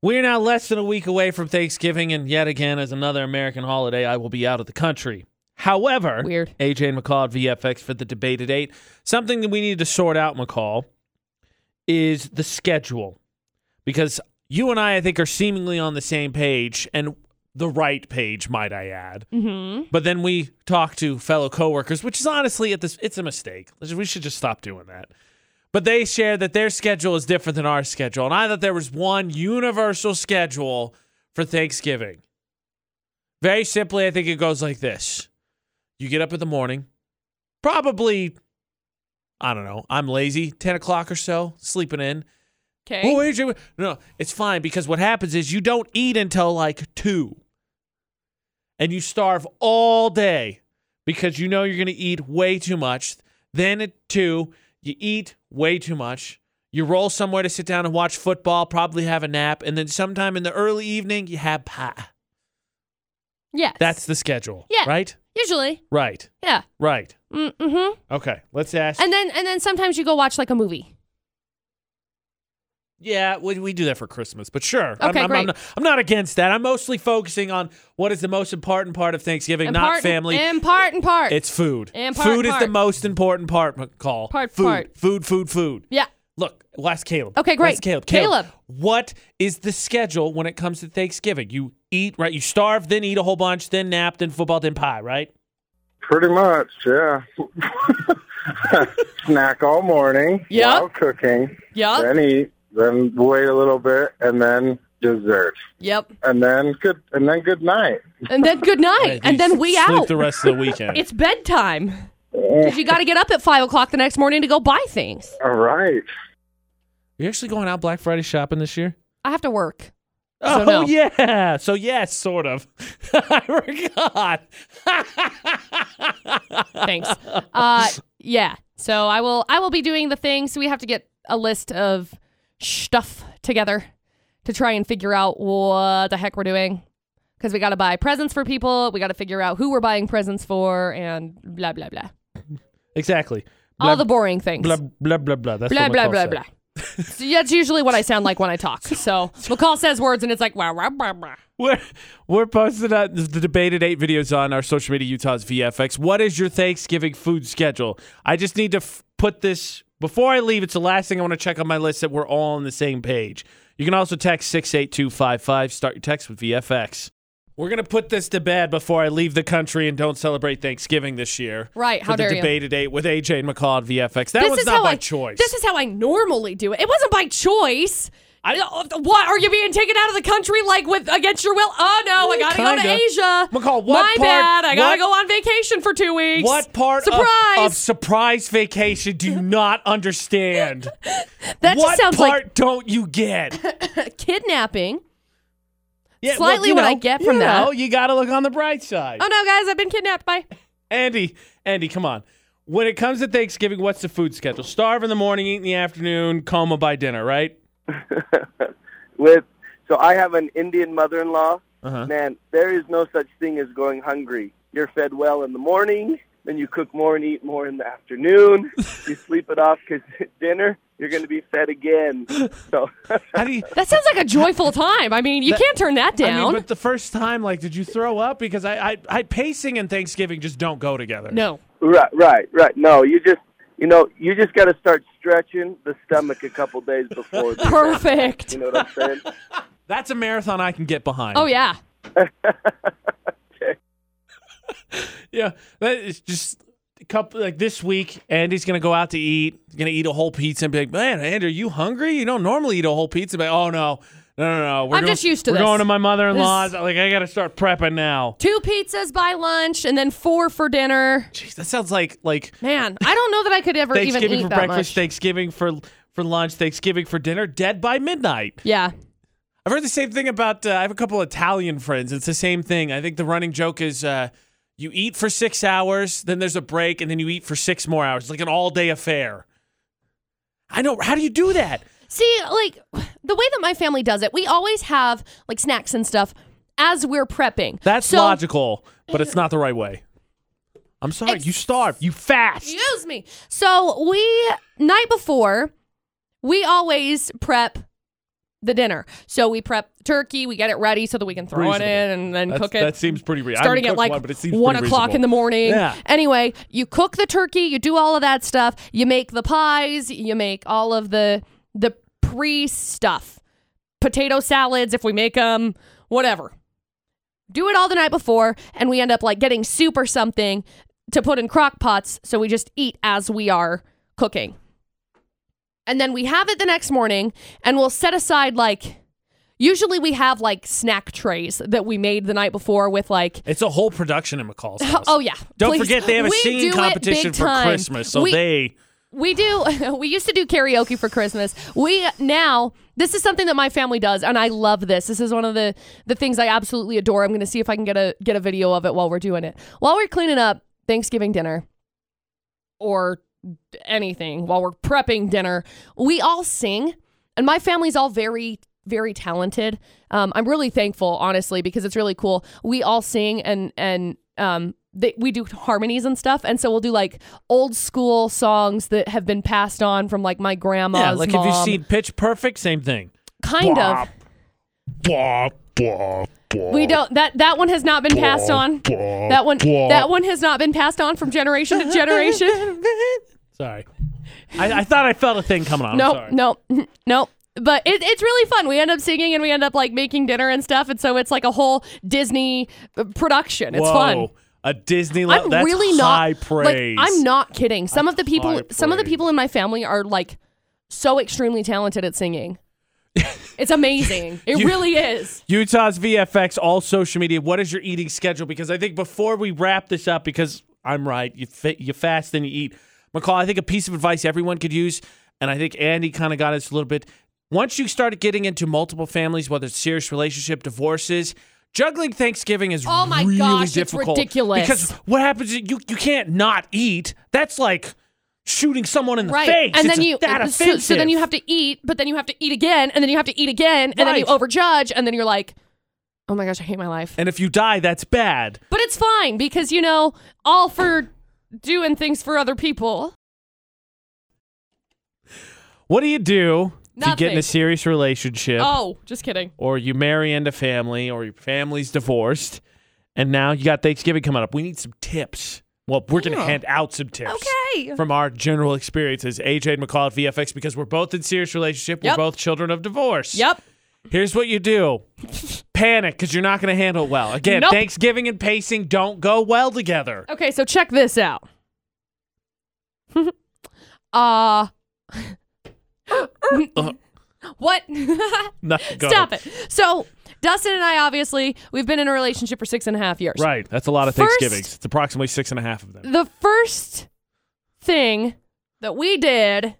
S3: We're now less than a week away from Thanksgiving, and yet again, as another American holiday, I will be out of the country. However,
S2: Weird.
S3: AJ and McCall at VFX for the debate at eight. Something that we need to sort out, McCall, is the schedule.
S1: because you and I, I think, are seemingly on the same page and the right page, might I add.
S2: hmm
S1: But then we talk to fellow coworkers, which is honestly at this, it's a mistake. We should just stop doing that. But they share that their schedule is different than our schedule, and I thought there was one universal schedule for Thanksgiving. Very simply, I think it goes like this: you get up in the morning, probably, I don't know, I'm lazy, ten o'clock or so, sleeping in.
S2: Okay.
S1: Oh, AJ, wait. no, it's fine because what happens is you don't eat until like two, and you starve all day because you know you're gonna eat way too much. Then at two, you eat way too much. You roll somewhere to sit down and watch football, probably have a nap, and then sometime in the early evening you have pie.
S2: yes.
S1: That's the schedule.
S2: Yeah.
S1: Right.
S2: usually,
S1: Right.
S2: yeah.
S1: Right.
S2: Mm-hmm.
S1: Okay. Let's ask.
S2: And then and then sometimes you go watch like a movie.
S1: Yeah, we, we do that for Christmas, but sure. I'm-
S2: Okay,
S1: I'm, I'm,
S2: great.
S1: not, I'm not against that. I'm mostly focusing on what is the most important part of Thanksgiving,
S2: And
S1: not
S2: part,
S1: family.
S2: And part and part.
S1: it's food.
S2: and part-
S1: food is the
S2: part.
S1: most important part, McCall.
S2: Part-
S1: food,
S2: part.
S1: food, food, food.
S2: yeah.
S1: Look, last Caleb.
S2: Okay, great.
S1: Last Caleb.
S2: Caleb.
S1: What is the schedule when it comes to Thanksgiving? You eat, right? You starve, then eat a whole bunch, then nap, then football, then pie, right?
S5: Pretty much, yeah. <laughs> Snack all morning
S2: Yep.
S5: while cooking,
S2: Yep.
S5: then eat, then wait a little bit, and then dessert,
S2: Yep.
S5: and then good, and then good night.
S2: And then good night. and then we
S1: sleep
S2: out.
S1: the rest of the weekend.
S2: <laughs> It's bedtime. 'Cause you got to get up at five o'clock the next morning to go buy things.
S5: All right.
S1: You're actually going out Black Friday shopping this year?
S2: I have to work.
S1: Oh
S2: So no.
S1: yeah. So yes, sort
S3: <laughs>
S1: of. I forgot.
S2: Thanks. Uh, yeah. So I will. I will be doing the thing. So we have to get a list of stuff together to try and figure out what the heck we're doing because we got to buy presents for people. We got to figure out who we're buying presents for and blah blah blah.
S3: Exactly.
S2: All the boring things.
S3: blah blah blah blah. That's
S2: blah
S3: what
S2: blah
S3: McCall
S2: blah
S3: said.
S2: blah. <laughs> So that's usually what I sound like when I talk. So McCall says words and it's like wah, wah, wah, wah.
S1: we're we're posting uh, the debated eight videos on our social media Utah's VFX. What is your Thanksgiving food schedule? I just need to f- put this before I leave. It's the last thing I want to check on my list that we're all on the same page. You can also text six eight two five five. Start your text with VFX. We're gonna put this to bed before I leave the country and don't celebrate Thanksgiving this year.
S2: Right, how
S1: for the
S2: dare you.
S1: debated eight with AJ and McCall at VFX. That
S2: this
S1: was
S2: is
S1: not
S2: how
S1: by
S2: I,
S1: choice.
S2: This is how I normally do it. It wasn't by choice. I, what are you being taken out of the country like with against your will? Oh no, I gotta go to
S1: Kinda.
S2: Asia.
S1: McCall, what
S2: My
S1: part-
S2: bad. I
S1: what-
S2: gotta go on vacation for two weeks.
S1: What part of-
S2: Surprise!
S1: Of, surprise vacation do you not
S2: <laughs>
S1: understand? what
S2: that just sounds <laughs>
S1: part don't you get?
S2: like kidnapping.
S1: Yeah, well,
S2: slightly
S1: you
S2: what I
S1: know,
S2: get from
S1: you
S2: that.
S1: know, you got to look on the bright side.
S2: Oh no, guys, I've been kidnapped by.
S1: Andy, Andy, come on. When it comes to Thanksgiving, what's the food schedule? Starve in the morning, eat in the afternoon, coma by dinner, right?
S3: With so I have an Indian mother-in-law.
S1: Uh-huh.
S3: Man, there is no such thing as going hungry. You're fed well in the morning, then you cook more and eat more in the afternoon. you sleep it off because <laughs> dinner you're going to be fed again.
S1: <laughs>
S3: So <laughs>
S1: How do you?
S2: That sounds like a joyful time. I mean, you can't turn that
S1: I mean,
S2: down.
S1: but the first time, like, did you throw up? Because I, I, I pacing and Thanksgiving just don't go together.
S2: no.
S3: right, right, right. No, you just you know you just got to start stretching the stomach a couple days before. the event.
S2: Perfect.
S3: <laughs> You know what I'm saying?
S1: that's a marathon I can get behind.
S2: Oh yeah.
S1: Yeah, that is just a couple like this week. Andy's gonna go out to eat. He's gonna eat a whole pizza and be like, "Man, Andy, are you hungry? You don't normally eat a whole pizza." But oh no, no, no, no. We're
S2: I'm
S1: going-
S2: just used to
S1: We're
S2: this.
S1: going to my mother-in-law's.
S2: This-
S1: Like I gotta start prepping now.
S2: Two pizzas by lunch and then four for dinner.
S1: Jeez, that sounds like like
S2: Man, I don't know that I could ever even
S1: Thanksgiving
S2: eat
S1: for
S2: that
S1: breakfast,
S2: much.
S1: Thanksgiving for for lunch, Thanksgiving for dinner. Dead by midnight.
S2: Yeah.
S1: I've heard the same thing about. Uh, I have a couple Italian friends. It's the same thing. I think the running joke is uh, you eat for six hours, then there's a break, and then you eat for six more hours. It's like an all day affair. I know. How do you do that?
S2: See, like the way that my family does it, we always have like snacks and stuff as we're prepping.
S1: That's
S2: so, eh,
S1: logical, but it's not the right way. I'm sorry. You starve. You fast.
S2: Excuse me. So we night before, we always prep the dinner. So we prep turkey, we get it ready so that we can throw
S1: Reasonable.
S2: it in and then
S1: That's-
S2: cook it.
S1: That seems pretty real.
S2: starting at like
S1: one, but it seems
S2: one
S1: pretty
S2: o'clock in the
S1: reasonable.
S2: morning.
S1: Yeah.
S2: Anyway, you cook the turkey, you do all of that stuff, you make the pies, you make all of the the pre stuff, potato salads if we make them, whatever. Do it all the night before, and we end up like getting soup or something to put in crock pots, so we just eat as we are cooking. And then we have it the next morning, and we'll set aside like. Usually we have like snack trays that we made the night before with like
S1: It's a whole production in McCall's house.
S2: Oh yeah.
S1: Don't
S2: Please.
S1: forget they have a
S2: We do
S1: singing
S2: it
S1: competition
S2: big
S1: for
S2: time.
S1: Christmas, so
S2: we,
S1: they
S2: we do <laughs> we used to do karaoke for Christmas. We now this is something that my family does and I love this. This is one of the the things I absolutely adore. I'm going to see if I can get a get a video of it while we're doing it. While we're cleaning up Thanksgiving dinner or anything while we're prepping dinner, we all sing and my family's all very very talented. Um, I'm really thankful, honestly, because it's really cool. We all sing and and um, they, we do harmonies and stuff, and so we'll do like old school songs that have been passed on from like my grandma's
S1: yeah. Like if you've
S2: mom.
S1: seen Pitch Perfect, same thing.
S2: kind of. We don't that that one has not been passed on. That one that one has not been passed on from generation to
S1: <laughs>
S2: generation.
S1: Sorry. I, I thought I felt a thing coming on.
S2: nope,
S1: I'm sorry.
S2: nope, <laughs> nope. But it, it's really fun. We end up singing and we end up like making dinner and stuff, and so it's like a whole Disney uh, production. It's
S1: Whoa,
S2: fun.
S1: A Disney level.
S2: I'm
S1: That's
S2: really not
S1: high praise.
S2: Like, I'm not kidding. Some of the people,
S1: high
S2: some of the
S1: praise.
S2: people in my family are like so extremely talented at singing.
S1: <laughs>
S2: it's amazing. It
S1: You-
S2: really is.
S1: Utah's VFX, all social media. What is your eating schedule? Because I think before we wrap this up, because I'm right, you fa- you fast then you eat. McCall, I think a piece of advice everyone could use, and I think Andy kind of got us a little bit. Once you start getting into multiple families, whether it's serious relationship, divorces, juggling Thanksgiving is
S2: Oh my
S1: really
S2: gosh, it's
S1: difficult.
S2: ridiculous.
S1: Because what happens? Is you you can't not eat. That's like shooting someone in the
S2: Right.
S1: face.
S2: and
S1: It's
S2: then you
S1: that
S2: so, so then you
S1: offensive.
S2: have to eat, but then you have to eat again, and then you have to eat again, and then you
S1: Right.
S2: overjudge, and then you're like, oh my gosh, I hate my life.
S1: And if you die, that's bad.
S2: But it's fine because, you know, all for doing things for other people.
S1: What do you do if you get in
S2: Nothing.
S1: a serious relationship
S2: Oh, just kidding.
S1: or you marry into family or your family's divorced and now you got Thanksgiving coming up? We need some tips. Well, we're going to hand out some tips
S2: Okay.
S1: from our general experiences. AJ and McCall at VFX because we're both in serious relationship.
S2: Yep.
S1: We're both children of divorce.
S2: Yep.
S1: Here's what you
S2: <laughs>
S1: do. Panic because you're not going to handle it well. Again,
S2: Nope.
S1: Thanksgiving and pacing don't go well together.
S2: Okay, so check this out. <laughs>
S1: <laughs>
S2: uh What?
S1: Nothing Uh-huh. go
S2: Stop it. So, Dustin and I obviously, we've been in a relationship for six and a half years.
S1: Right. That's a lot of
S2: First-
S1: Thanksgivings. It's approximately six and a half of them.
S2: The first thing that we did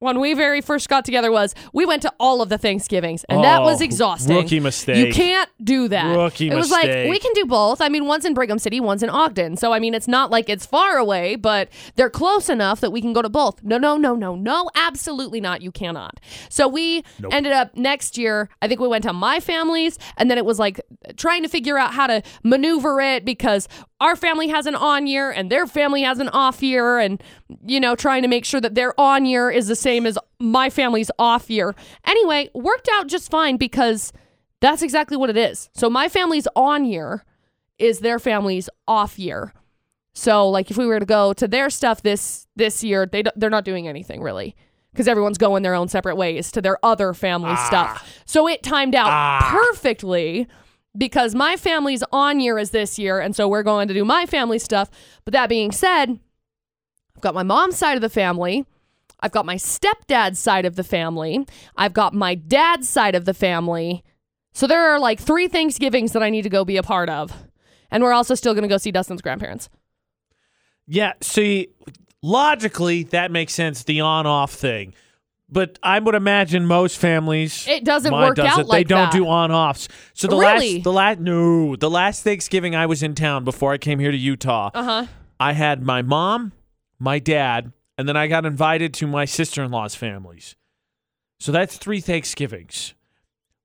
S2: when we very first got together was we went to all of the Thanksgivings, and that was
S1: Oh,
S2: exhausting.
S1: rookie mistake.
S2: You can't do that.
S1: Rookie
S2: it was like
S1: mistake.
S2: we can do both. I mean, one's in Brigham City, one's in Ogden. So I mean, it's not like it's far away, but they're close enough that we can go to both. No, no, no, no, no, absolutely not. You cannot. So we ended up next year. I think we went to my family's, and then it was like trying to figure out how to maneuver it because our family has an on year and their family has an off year, and you know, trying to make sure that their on year is the same as my family's off year. Anyway, worked out just fine because. That's exactly what it is. So my family's on year is their family's off year. So like if we were to go to their stuff this this year, they don't- they're not doing anything really because everyone's going their own separate ways to their other family stuff. So it timed out perfectly because my family's on year is this year and so we're going to do my family stuff. But that being said, I've got my mom's side of the family. I've got my stepdad's side of the family. I've got my dad's side of the family. So there are like three Thanksgivings that I need to go be a part of. And we're also still going to go see Dustin's grandparents.
S1: Yeah, see, logically, that makes sense, the on off thing. But I would imagine most families.
S2: It doesn't
S1: Mine
S2: work
S1: does
S2: out
S1: it.
S2: like
S1: They don't
S2: that.
S1: do on offs. So the
S2: Really?
S1: last, the last, no, the last Thanksgiving I was in town before I came here to Utah,
S2: Uh huh.
S1: I had my mom, my dad, and then I got invited to my sister in law's families. So that's three Thanksgivings.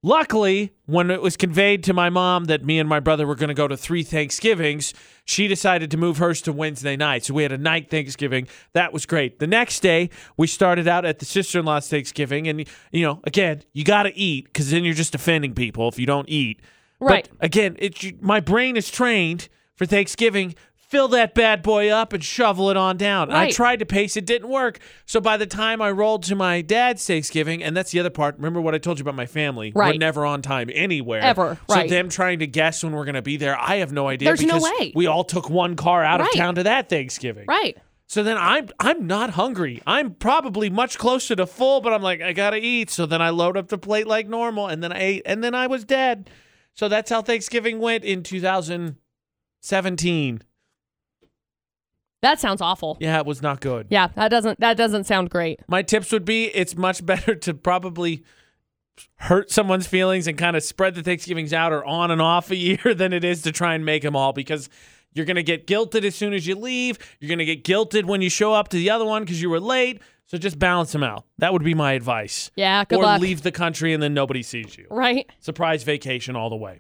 S1: Luckily, when it was conveyed to my mom that me and my brother were going to go to three Thanksgivings, she decided to move hers to Wednesday night. So we had a night Thanksgiving. That was great. The next day, we started out at the sister in law's Thanksgiving. And, you know, again, you got to eat because then you're just offending people if you don't eat.
S2: Right.
S1: But again, it, you- my brain is trained for Thanksgiving. Fill that bad boy up and shovel it on down. I
S2: Right.
S1: tried to pace, it didn't work. So by the time I rolled to my dad's Thanksgiving, and that's the other part. Remember what I told you about my family?
S2: Right.
S1: We're never on time anywhere.
S2: Ever,
S1: So
S2: right.
S1: them trying to guess when we're going to be there, I have no idea.
S2: There's no
S1: because
S2: way.
S1: We all took one car out
S2: Right.
S1: of town to that Thanksgiving.
S2: Right.
S1: So then I'm I'm not hungry. I'm probably much closer to full, but I'm like I gotta eat. So then I load up the plate like normal, and then I ate, and then I was dead. So that's how Thanksgiving went in 2017.
S2: That sounds awful.
S1: Yeah, it was not good.
S2: Yeah, that doesn't that doesn't sound great.
S1: My tips would be it's much better to probably hurt someone's feelings and kind of spread the Thanksgivings out or on and off a year <laughs> than it is to try and make them all because you're going to get guilted as soon as you leave. You're going to get guilted when you show up to the other one because you were late. So just balance them out. That would be my advice.
S2: Yeah, good
S1: or
S2: luck.
S1: leave the country and then nobody sees you.
S2: Right?
S1: Surprise vacation all the way.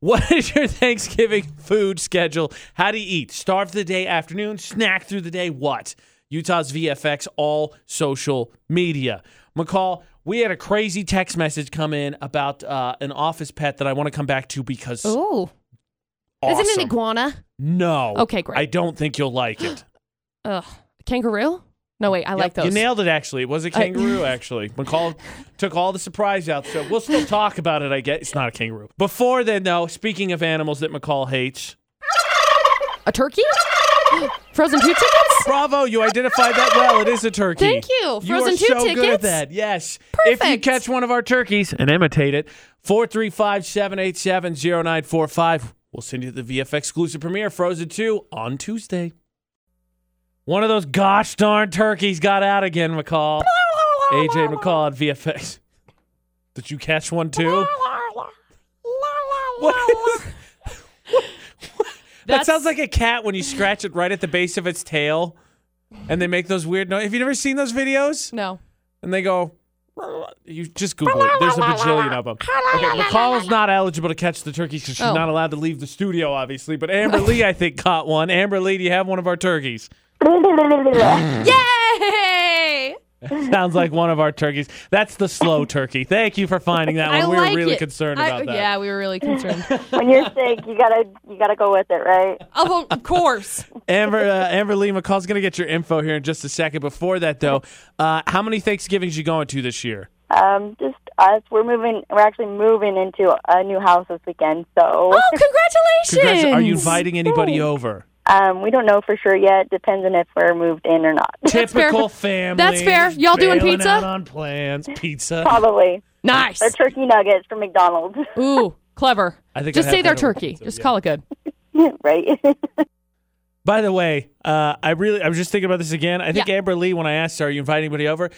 S1: What is your Thanksgiving food schedule? How do you eat? Starve the day, afternoon, snack through the day, what? Utah's VFX, all social media. McCall, we had a crazy text message come in about uh, an office pet that I want to come back to because
S2: Ooh.
S1: awesome.
S2: Is it an iguana?
S1: No.
S2: Okay, great.
S1: I don't think you'll like it.
S2: Ugh. Kangaroo? No, wait, I like
S1: Yep,
S2: those.
S1: You nailed it, actually. It was a
S2: I- <laughs>
S1: kangaroo, actually. McCall took all the surprise out, so we'll still talk about it, I guess. It's not a kangaroo. Before then, though, speaking of animals that McCall hates,
S2: <gasps> a turkey? <gasps> Frozen two <laughs> tickets?
S1: bravo, you identified that well. It is a turkey.
S2: Thank you.
S1: You
S2: Frozen
S1: are
S2: two
S1: so good
S2: tickets?
S1: at that. Yes. If you
S2: Perfect.
S1: catch one of our turkeys and imitate it, 435-787-0945. We'll send you the VFX exclusive premiere, Frozen 2, on Tuesday. One of those gosh darn turkeys got out again, McCall. AJ McCall at VFX. Did you catch one too? What <laughs> is- that
S2: That's-
S1: sounds like a cat when you scratch it right at the base of its tail and they make those weird noises. Have you never seen those videos?
S2: No.
S1: And they go, you just Google it. There's a bajillion of them. Okay, McCall's not eligible to catch the turkeys because she's
S2: Oh.
S1: not allowed to leave the studio, obviously. But Amber Lee, I think, caught one. Amber Lee, do you have one of our turkeys?
S7: <laughs>
S2: Yay!
S1: Sounds like one of our turkeys. That's the slow turkey. Thank you for finding that one.
S2: I
S1: we
S2: like
S1: were really
S2: it.
S1: concerned
S2: I-
S1: about that.
S2: Yeah, we were really concerned.
S7: when you're sick, you gotta you gotta go with it, right?
S2: Oh, of, of course.
S1: Amber, uh, Amber Lee McCall's going to get your info here in just a second. Before that, though, uh, how many Thanksgivings you going to this year?
S7: Um, just us. We're moving. We're actually moving into a new house this weekend, so
S2: <laughs> Oh, congratulations!
S1: Congrats- Are you inviting anybody
S2: Oh.
S1: over?
S7: um, we don't know for sure yet. Depends on if we're moved in or not. <laughs>
S2: fair.
S1: Typical family.
S2: That's fair. Y'all doing
S1: bailing
S2: pizza?
S1: out on plans, pizza.
S7: Probably.
S2: Nice.
S7: Or turkey nuggets from McDonald's, <laughs>
S2: Ooh, clever.
S1: I think
S2: Just
S1: I'd have
S2: say they're
S1: that over
S2: turkey.
S1: pizza,
S2: Just
S1: yeah.
S2: call it good.
S7: right?
S1: By the way, uh, I really I was just thinking about this again. I think
S2: Yeah.
S1: Amber Lee, when I asked her, "Are you inviting anybody over?"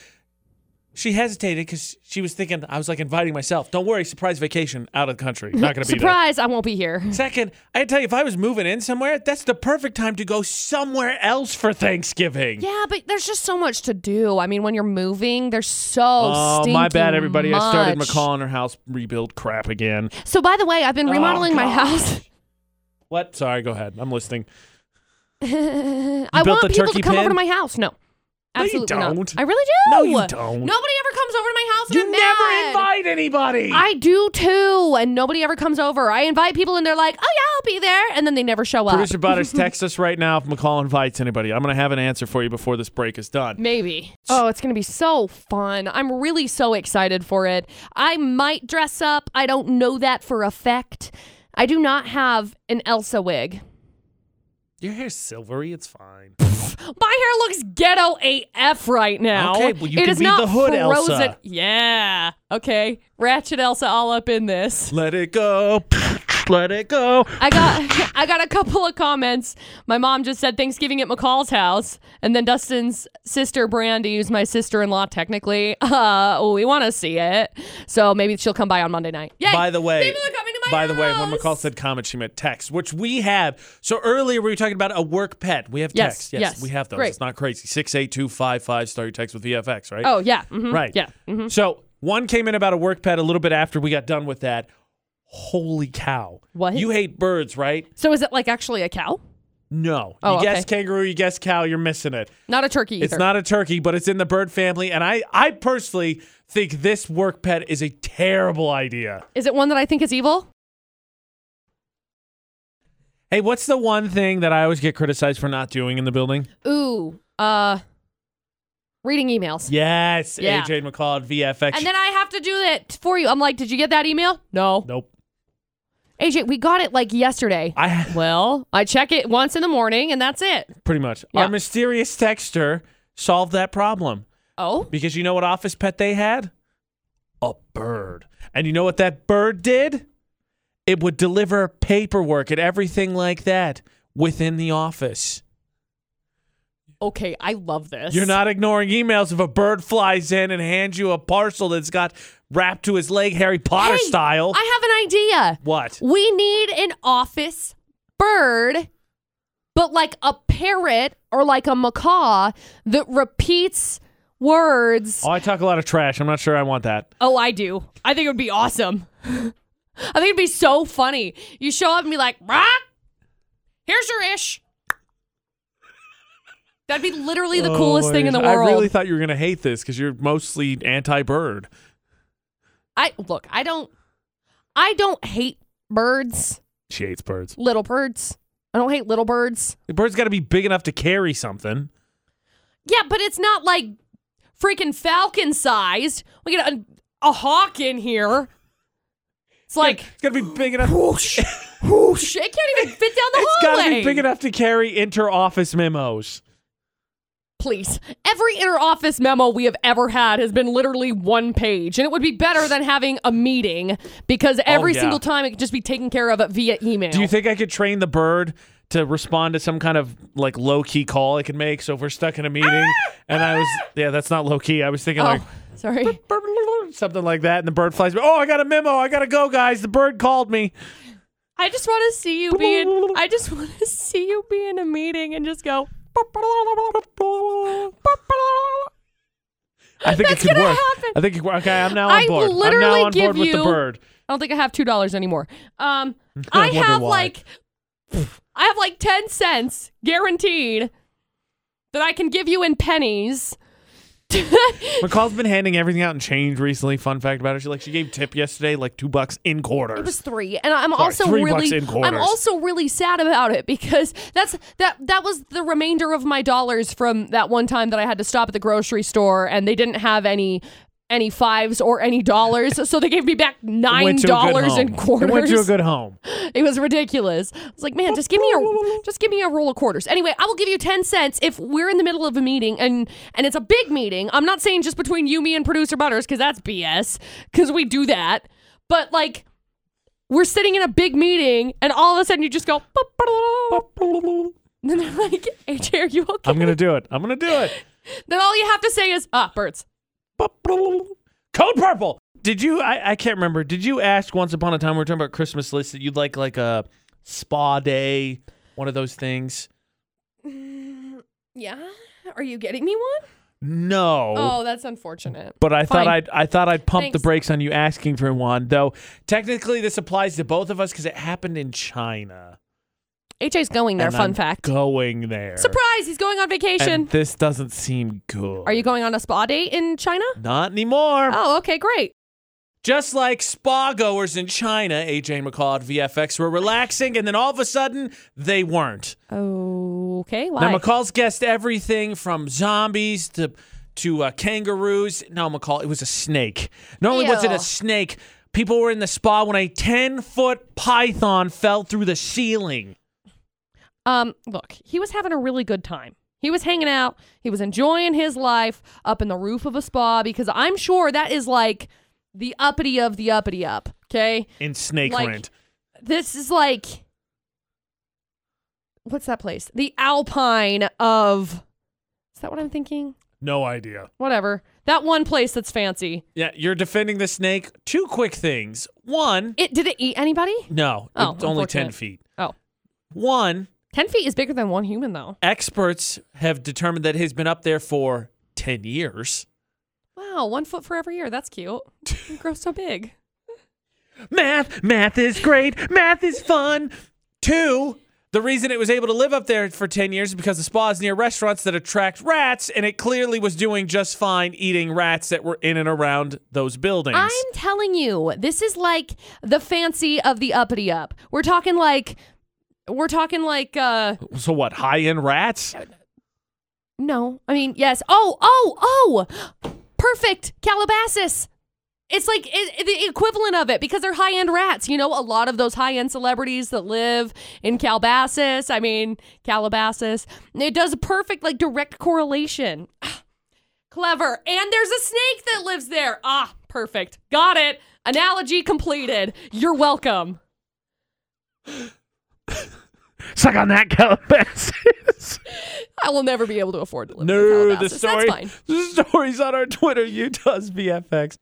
S1: She hesitated because she was thinking I was like inviting myself. Don't worry, surprise vacation out of the country. Not gonna be there.
S2: Surprise, I won't be here.
S1: Second, I tell you, if I was moving in somewhere, that's the perfect time to go somewhere else for Thanksgiving.
S2: Yeah, but there's just so much to do. I mean, when you're moving, there's so
S1: Oh, my bad,
S2: stinking
S1: everybody. I started
S2: much.
S1: McCall Oh, and her house rebuild crap again.
S2: So by the way, I've been remodeling my house.
S1: What? Sorry, go ahead. I'm listening.
S2: <laughs> I
S1: built
S2: want
S1: the
S2: people
S1: turkey
S2: to come over
S1: pen?
S2: to my house. No.
S1: you
S2: Absolutely
S1: don't.
S2: Not. I really do.
S1: No, you don't.
S2: Nobody ever comes over to my house and
S1: You
S2: I'm
S1: never
S2: mad.
S1: invite anybody.
S2: I do too, and nobody ever comes over. I invite people and they're like, "Oh yeah, I'll be there," and then they never show up.
S1: Producer Butters, text us right now if McCall invites anybody. I'm going to have an answer for you before this break is done.
S2: Maybe. Oh, it's going to be so fun. I'm really so excited for it. I might dress up. I don't know that for a fact. I do not have an Elsa wig.
S1: Your hair's silvery. It's fine.
S2: My hair looks ghetto AF right now.
S1: Okay, well, you
S2: It
S1: could
S2: is
S1: be
S2: not
S1: the hood
S2: frozen.
S1: Elsa.
S2: Yeah. Okay. Ratchet Elsa all up in this.
S1: Let it go. <laughs> Let it go.
S2: I got <laughs> I got a couple of comments. My mom just said Thanksgiving at McCall's house, and then Dustin's sister Brandy, who's my sister-in-law technically, <laughs> uh, we want to see it, so maybe she'll come by on Monday night. Yay!
S1: By the way,
S2: people are coming to my
S1: by the way, when
S2: house.
S1: McCall said comment, she meant text, which we have. So earlier we were talking about a work pet. We have
S2: Yes,
S1: text. Yes,
S2: yes.
S1: we have those.
S2: Great.
S1: It's not crazy. Six eight two five five. Start your text with VFX. Right.
S2: oh yeah, mhm,
S1: Right.
S2: yeah, mhm.
S1: So one came in about a work pet a little bit after we got done with that. Holy cow!
S2: What?
S1: you hate birds, right?
S2: So is it like actually a cow,
S1: No.
S2: Oh,
S1: you
S2: okay.
S1: guess kangaroo, you guess cow, you're missing it.
S2: not a turkey? Either.
S1: It's not a turkey, but it's in the bird family. And I, I personally think this work pet is a terrible idea.
S2: Is it one that I think is evil?
S1: Hey, what's the one thing that I always get criticized for not doing in the building?
S2: Ooh, uh, reading emails.
S1: Yes,
S2: Yeah.
S1: AJ McCall at VFX.
S2: And then I have to do that for you. I'm like, did you get that email? No.
S1: nope.
S2: AJ, we got it like yesterday.
S1: I
S2: Well, I check it once in the morning and that's it.
S1: pretty much.
S2: Yeah.
S1: Our mysterious texter solved that problem
S2: Oh,
S1: because you know what office pet they had? A bird. And you know what that bird did? It would deliver paperwork and everything like that within the office.
S2: okay. I love this.
S1: You're not ignoring emails if a bird flies in and hands you a parcel that's got wrapped to his leg Harry Potter
S2: Hey,
S1: style.
S2: I have an idea.
S1: what?
S2: We need an office bird, but like a parrot or like a macaw that repeats words.
S1: Oh, I talk a lot of trash. I'm not sure I want that.
S2: Oh, I do. I think it would be awesome. <laughs> I think it'd be so funny. You show up and be like, "Rock, here's your ish." That'd be literally the coolest thing in the world.
S1: Oh I really thought you were going to hate this because you're mostly anti-bird.
S2: I look, I don't I don't hate birds,
S1: She hates birds.
S2: little birds. I don't hate little birds.
S1: The bird's got to be big enough to carry something.
S2: Yeah, but it's not like freaking falcon sized. We get a, a hawk in here. It's like
S1: It's got to be big enough. Whoosh.
S2: whoosh, it can't even fit down the
S1: It's got to
S2: hallway.
S1: be big enough to carry inter-office memos.
S2: Please. Every interoffice memo we have ever had has been literally one page, and it would be better than having a meeting because every
S1: Oh, yeah.
S2: single time it could just be taken care of via email.
S1: Do you think I could train the bird to respond to some kind of like low key call I could make? So if we're stuck in a meeting
S2: Ah!
S1: and I was, yeah, that's not low key. I was thinking
S2: Oh,
S1: like
S2: sorry.
S1: something like that, and the bird flies. Oh, I got a memo. I gotta go, guys. The bird called me.
S2: I just want to see you being. I just want to <laughs> see you be in a meeting and just go.
S1: I think
S2: That's
S1: it could
S2: gonna
S1: work.
S2: happen.
S1: I think it, okay. I'm now
S2: I
S1: on board. I'm
S2: literally
S1: now on
S2: give
S1: board with
S2: you-
S1: the bird.
S2: I don't think I have two dollars anymore. Um,
S1: <laughs> I
S2: I,
S1: wonder
S2: have
S1: why.
S2: like, I have like ten cents guaranteed that I can give you in pennies.
S1: McCall's been handing everything out in change recently. Fun fact about her: she like she gave tip yesterday, like two bucks in quarters.
S2: It was three, and I'm also
S1: three bucks
S2: really,
S1: in quarters.
S2: I'm also really sad about it because that's that that was the remainder of my dollars from that one time that I had to stop at the grocery store and they didn't have any any fives or any dollars,
S1: <laughs>
S2: so they gave me back
S1: It
S2: nine
S1: went to a good
S2: dollars in
S1: home.
S2: quarters.
S1: It went to a good home.
S2: It was ridiculous. I was like, man, just give me <laughs> a just give me a roll of quarters. Anyway, I will give you ten cents if we're in the middle of a meeting and and it's a big meeting. I'm not saying just between you, me, and producer Butters because that's BS because we do that. But like, we're sitting in a big meeting and all of a sudden you just go. <laughs> "Bop, ba-da-da-da." And then they're like, AJ, are you okay? <laughs>
S1: I'm gonna do it. I'm gonna do it.
S2: then all you have to say is, ah, birds.
S1: Code Purple. Did you? I, I can't remember. Did you ask once upon a time? We were talking about Christmas lists that you'd like, like a spa day, one of those things.
S2: Yeah? Are you getting me one?
S1: No.
S2: Oh, that's unfortunate.
S1: But I
S2: Fine.
S1: thought I'd I thought I'd pump the
S2: Thanks.
S1: brakes on you asking for one, though. Technically, this applies to both of us because it happened in China.
S2: HA's going there,
S1: And
S2: fun
S1: I'm
S2: fact.
S1: Going there.
S2: Surprise, he's going on vacation.
S1: And this doesn't seem good.
S2: Are you going on a spa date in China?
S1: Not anymore.
S2: Oh, okay, great.
S1: Just like spa goers in China, AJ and McCall at VFX were relaxing, and then all of a sudden they weren't.
S2: Okay, why?
S1: Now McCall's guessed everything from zombies to to uh, kangaroos. No, McCall, it was a snake. Not only was it
S2: Ew.
S1: a snake, people were in the spa when a ten foot python fell through the ceiling.
S2: Um, look, he was having a really good time. He was hanging out. He was enjoying his life up in the roof of a spa because I'm sure that is like the uppity of the uppity up. Okay,
S1: In Snake
S2: Like-
S1: Land.
S2: this is like what's that place? The Alpine of is that what I'm thinking?
S1: No idea.
S2: Whatever. That one place that's fancy.
S1: Yeah, you're defending the snake. Two quick things. One,
S2: It did it eat anybody?
S1: no,
S2: Oh,
S1: it's only ten
S2: unfortunate.
S1: feet.
S2: Oh.
S1: One,
S2: Ten feet is bigger than one human though.
S1: experts have determined that it has been up there for 10 years.
S2: Wow, one foot for every year. That's cute. It grows so big.
S1: Math, math is great, math is fun. Two, the reason it was able to live up there for 10 years is because the spa is near restaurants that attract rats, and it clearly was doing just fine eating rats that were in and around those buildings.
S2: <laughs> I'm telling you, this is like the fancy of the uppity up. We're talking like we're talking like uh
S1: so, what, high end rats?
S2: no. I mean, yes. Oh, oh, oh. Perfect. Calabasas. It's like it, it- the equivalent of it because they're high-end rats. You know, a lot of those high-end celebrities that live in Calabasas. I mean, Calabasas. It does a perfect like direct correlation. Ah, Clever. And there's a snake that lives there. Ah, perfect. Got it. Analogy completed. You're welcome.
S1: Suck on that Calabasas.
S2: I will never be able to afford to live in
S1: no, the
S2: Calabasas.
S1: story,
S2: That's fine.
S1: the story's on our Twitter, Utah's VFX.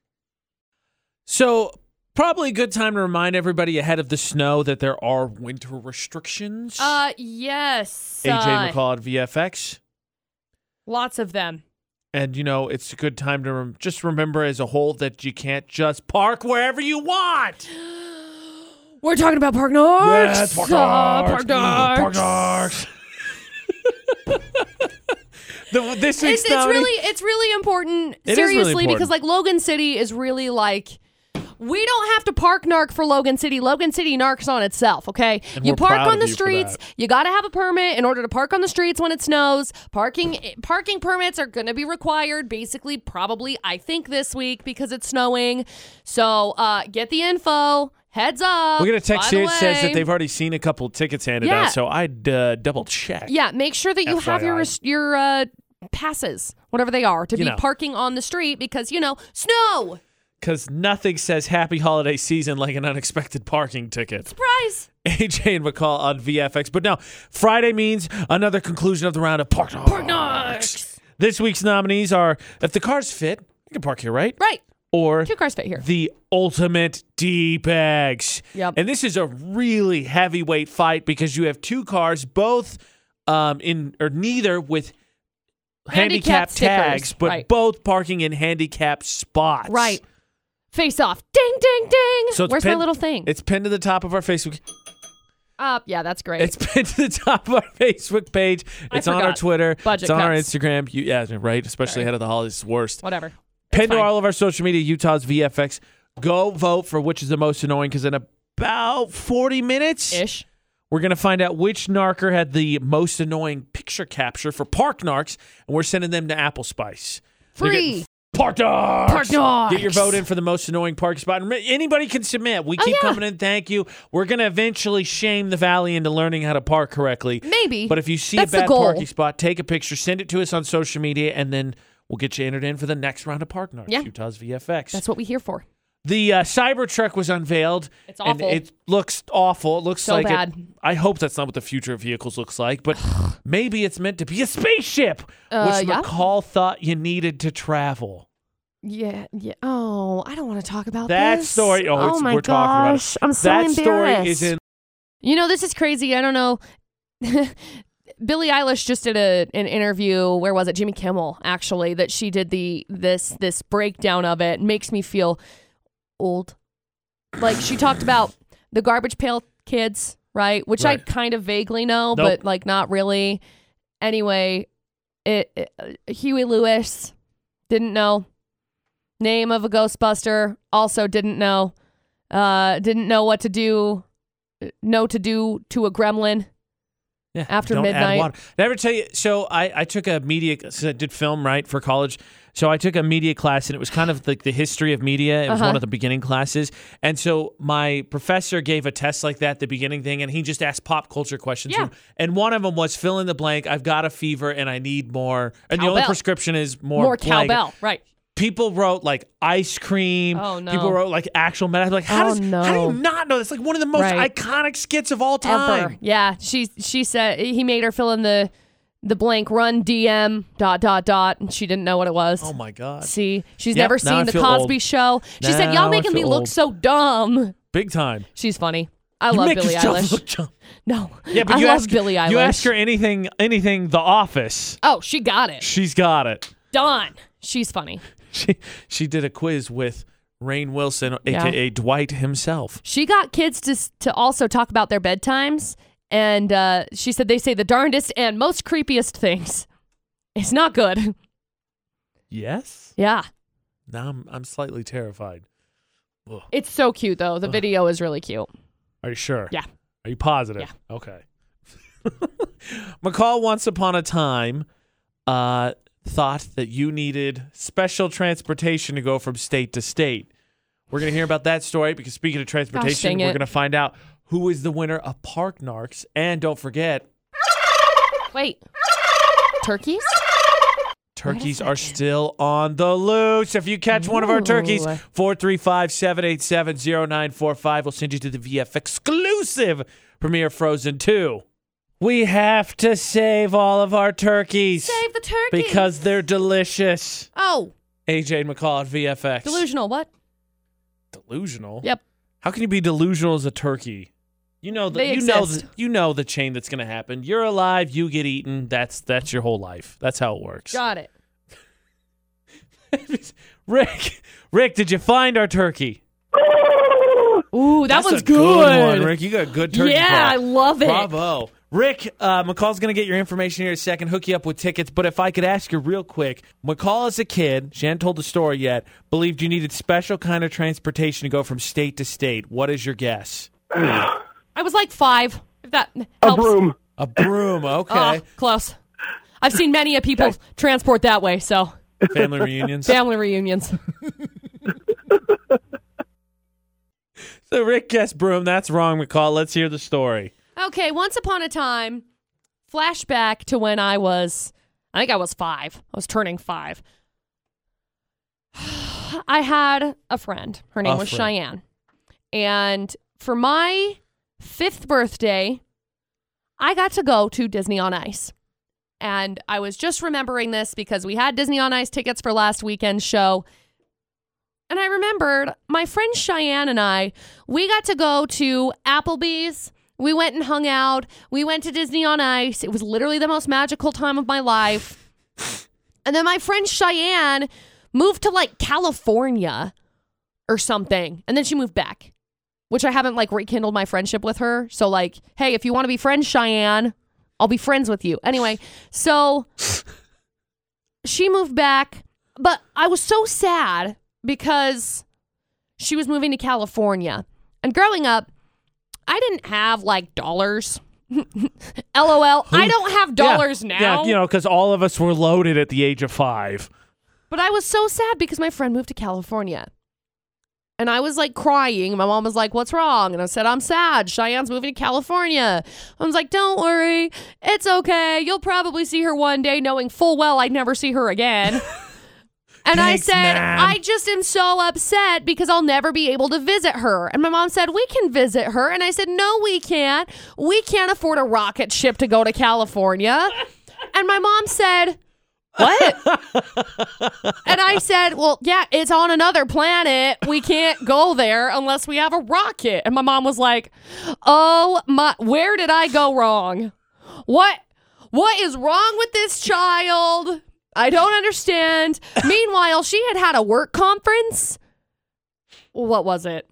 S1: So, probably a good time to remind everybody ahead of the snow that there are winter restrictions.
S2: Uh, yes.
S1: AJ
S2: uh,
S1: McCall at VFX.
S2: Lots of them.
S1: And, you know, it's a good time to rem- just remember as a whole that you can't just park wherever you want.
S2: We're talking about Park Narks. Uh, Park
S1: Mm,
S2: Narks.
S1: <laughs> the, this week's
S2: It's, it's
S1: nominee-
S2: really it's really important.
S1: It is really
S2: seriously, because
S1: important.
S2: like Logan City is really like we don't have to park narc for Logan City. Logan City narcs on itself, okay?
S1: And
S2: you
S1: we're
S2: park
S1: proud
S2: on
S1: of
S2: the
S1: you for
S2: streets.
S1: that.
S2: You got to have a permit in order to park on the streets when it snows. Parking parking permits are going to be required basically probably I think this week because it's snowing. So, uh get the info. Heads
S1: <laughs>
S2: up.
S1: We're going to
S2: By
S1: text
S2: the
S1: here. It says
S2: way-
S1: that they've already seen a couple tickets handed
S2: Yeah.
S1: out, so I'd uh, double check.
S2: Yeah, make sure that you have your
S1: FYI.
S2: res- your uh, passes, whatever they are, to
S1: You
S2: be
S1: know.
S2: parking on the street because you know snow.
S1: Because nothing says happy holiday season like an unexpected parking ticket. <laughs>
S2: Surprise!
S1: AJ and McCall on VFX. But no, Friday means another conclusion of the round of Park Knocks.
S2: Knocks.
S1: This week's nominees are if the car's fit, you can park here, right?
S2: Right,
S1: Or
S2: two cars fit here.
S1: the ultimate D bags.
S2: Yep.
S1: And this is a really heavyweight fight because you have two cars, both um, in or neither with handicap
S2: Handicap stickers,
S1: tags, but
S2: right.
S1: both parking in handicap spots.
S2: Right, face off. Ding, ding, ding.
S1: So it's
S2: Where's my
S1: pinned-
S2: little thing?
S1: It's pinned to the top of our Facebook.
S2: uh, yeah, that's great.
S1: It's <laughs> pinned to the top of our Facebook page.
S2: I
S1: It's on our
S2: forgot.
S1: Twitter.
S2: Budget
S1: it's on our
S2: cuts.
S1: Instagram. You, yeah, right. Especially
S2: Sorry.
S1: ahead of the holidays, it's worst.
S2: Whatever.
S1: Pinned to
S2: fine.
S1: all of our social media. Utah's VFX. Go vote for which is the most annoying because in about forty minutes,
S2: Ish.
S1: we're gonna find out which narker had the most annoying picture capture for Park Narks, and we're sending them to Apple Spice. They're getting
S2: Free.
S1: Park Narks.
S2: Park Narks.
S1: Get your vote in for the most annoying park spot. And re- Anybody can submit. We keep
S2: Oh, yeah.
S1: coming in. Thank you. We're gonna eventually shame the valley into learning how to park correctly.
S2: Maybe.
S1: But if you see
S2: That's
S1: a
S2: the
S1: bad
S2: goal.
S1: parking spot, take a picture, send it to us on social media, and then we'll get you entered in for the next round of Park Narks,
S2: Yeah.
S1: Utah's VFX.
S2: That's what we here for.
S1: the uh, Cybertruck was unveiled.
S2: It's
S1: and
S2: awful.
S1: it looks awful. It looks
S2: So
S1: like it-
S2: bad.
S1: I hope that's not what the future of vehicles looks like,
S2: <sighs>
S1: but maybe it's meant to be a spaceship,
S2: Uh,
S1: which
S2: yeah.
S1: McCall thought you needed to travel.
S2: Yeah, yeah. Oh, I don't want to talk about
S1: That
S2: this.
S1: story- oh, it's-
S2: my
S1: we're talking about it.
S2: gosh, I'm so
S1: that story
S2: embarrassed.
S1: is in
S2: You know, this is crazy. I don't know. <laughs> Billie Eilish just did a an interview. Where was it? Jimmy Kimmel, actually, that she did the this this breakdown of it. Makes me feel old. Like she talked about the garbage pail kids, right? Which I
S1: Right.
S2: kind of vaguely know,
S1: Nope.
S2: but like not really. Anyway, it, it uh, Huey Lewis didn't know name of a Ghostbuster. Also didn't know. Uh, didn't know what to do no to do to a gremlin.
S1: Yeah,
S2: After
S1: don't add
S2: midnight.
S1: water. Did I ever tell you? So I, I took a media, so I did film right for college. So I took a media class, and it was kind of like the history of media. It was
S2: Uh-huh.
S1: one of the beginning classes, and so my professor gave a test like that, the beginning thing, and he just asked pop culture questions.
S2: Yeah.
S1: And one of them was fill in the blank. I've got a fever, and I need more. And the only
S2: Cowbell.
S1: prescription is more,
S2: More,
S1: blank.
S2: cowbell, right?
S1: People wrote like ice cream.
S2: Oh, no.
S1: People wrote like actual medicine. Like how
S2: Oh,
S1: does how do
S2: no.
S1: you not know? It's like one of the most
S2: Right.
S1: iconic skits of all time.
S2: Ever. Yeah. She she said he made her fill in the the blank run DM dot dot dot and she didn't know what it was.
S1: Oh my god.
S2: See, she's
S1: Yep,
S2: never
S1: now I
S2: seen the
S1: feel
S2: Cosby
S1: old.
S2: Show. She said,
S1: Now
S2: "Y'all
S1: I
S2: making me
S1: feel
S2: look
S1: old."
S2: so dumb."
S1: Big time.
S2: She's funny. I love Billie Eilish.
S1: dumb.
S2: no,
S1: Yeah, but
S2: <laughs> I
S1: you
S2: love
S1: ask
S2: Billie Eilish.
S1: You ask her anything, anything. The Office.
S2: Oh, she got it.
S1: She's got it.
S2: Done. She's funny.
S1: She she did a quiz with Rain Wilson,
S2: Yeah.
S1: aka Dwight himself.
S2: She got kids to s- to also talk about their bedtimes, and uh, she said they say the darndest and most creepiest things. It's not good. <laughs>
S1: Yes.
S2: Yeah,
S1: Now I'm I'm slightly terrified.
S2: it's so cute though. The video is really cute.
S1: Are you sure?
S2: Yeah.
S1: Are you positive?
S2: Yeah.
S1: Okay. <laughs> McCall once upon a time uh, thought that you needed special transportation to go from state to state. We're going to hear about that story because speaking of transportation,
S2: dang
S1: we're
S2: it.
S1: going to find out who is the winner of Park Narks. And don't forget,
S2: Wait, turkeys?
S1: turkeys are still on the loose. If you catch one of our turkeys,
S2: Ooh.
S1: 435 787 0945, we'll send you to the VF exclusive premiere of Frozen 2. We have to save all of our turkeys
S2: Save the turkeys
S1: because they're delicious.
S2: oh,
S1: AJ McCall at VFX.
S2: delusional. What?
S1: Delusional?
S2: Yep.
S1: How can you be delusional as a turkey? You know the
S2: They
S1: you know
S2: exist.
S1: the, you know the chain that's going to happen. You're alive, you get eaten. That's that's your whole life. That's how it works.
S2: Got it.
S1: <laughs> Rick, Rick, did you find our turkey?
S2: Ooh, that
S1: That's
S2: one's
S1: a
S2: good.
S1: one, Rick. You got a good turkey.
S2: yeah, I
S1: call.
S2: love it.
S1: Bravo. Rick, uh, McCall's going to get your information here in a second, hook you up with tickets. But if I could ask you real quick, McCall as a kid, she hadn't told the story yet, believed you needed special kind of transportation to go from state to state. What is your guess?
S2: I was like five. If that
S5: A
S2: helps.
S5: broom.
S1: A broom.
S2: <laughs> Ah,
S1: Okay.
S2: close. I've seen many a people transport that way. So
S1: Family reunions.
S2: family reunions.
S1: <laughs> So Rick guessed broom. That's wrong, McCall. Let's hear the story.
S2: <laughs> Okay, once upon a time, flashback to when I was, I think I was five. I was turning five. <sighs> I had a friend. Her name
S1: A
S2: was
S1: friend.
S2: Cheyenne. And for my fifth birthday, I got to go to Disney on Ice. And I was just remembering this because we had Disney on Ice tickets for last weekend's show. And I remembered my friend Cheyenne and I, we got to go to Applebee's. We went and hung out. We went to Disney on Ice. It was literally the most magical time of my life. And then my friend Cheyenne moved to like California or something. And then she moved back, which I haven't like rekindled my friendship with her. So, like, hey, if you want to be friends, Cheyenne, I'll be friends with you. Anyway, so she moved back, but I was so sad because she was moving to California. And growing up, I didn't have like dollars. <laughs> LOL. I don't have dollars
S1: Yeah.
S2: now.
S1: Yeah, you know, because all of us were loaded at the age of five.
S2: But I was so sad because my friend moved to California. And I was like crying. My mom was like, What's wrong? And I said, I'm sad. Cheyenne's moving to California. I was like, Don't worry. It's okay. You'll probably see her one day, knowing full well I'd never see her again. and I
S1: Thanks,
S2: said,
S1: Mom.
S2: I just am so upset because I'll never be able to visit her. And my mom said, We can visit her. And I said, No, we can't. We can't afford a rocket ship to go to California. and my mom said, What? and I said, Well, yeah, it's on another planet. We can't go there unless we have a rocket. And my mom was like, Oh my, where did I go wrong? What? What is wrong with this child? I don't understand. Meanwhile, she had had a work conference. What was it?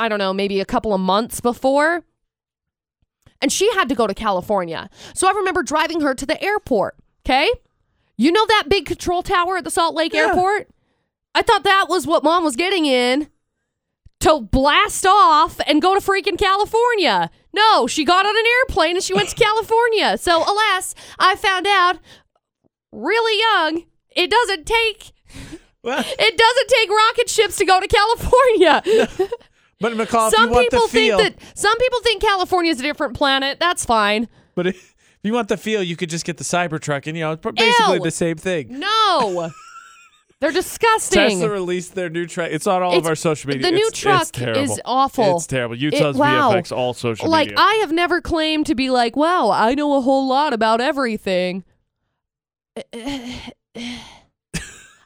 S2: I don't know, maybe a couple of months before. And she had to go to California. So I remember driving her to the airport. Okay. You know that big control tower at the Salt Lake airport? I thought that was what mom was getting in to blast off and go to freaking California. No, she got on an airplane and she went to
S1: <laughs>
S2: California. So, alas, I found out really young it doesn't take
S1: Well-
S2: it doesn't take rocket ships to go
S1: <laughs>
S2: to California.
S1: But McCall, if
S2: some
S1: you want
S2: people
S1: the feel,
S2: think that some people think California is a different planet. That's fine.
S1: but if if you want the feel, you could just get the Cybertruck, and you know, it's basically
S2: Ew.
S1: the same thing. <laughs>
S2: No. They're disgusting.
S1: Tesla released their new truck. It's on all of
S2: It's-
S1: our social media.
S2: the new
S1: It's- it's
S2: truck
S1: terrible.
S2: is awful.
S1: It's terrible. Utah's
S2: wow.
S1: VFX, all social
S2: like
S1: media.
S2: I have never claimed to be like, wow, I know a whole lot about everything.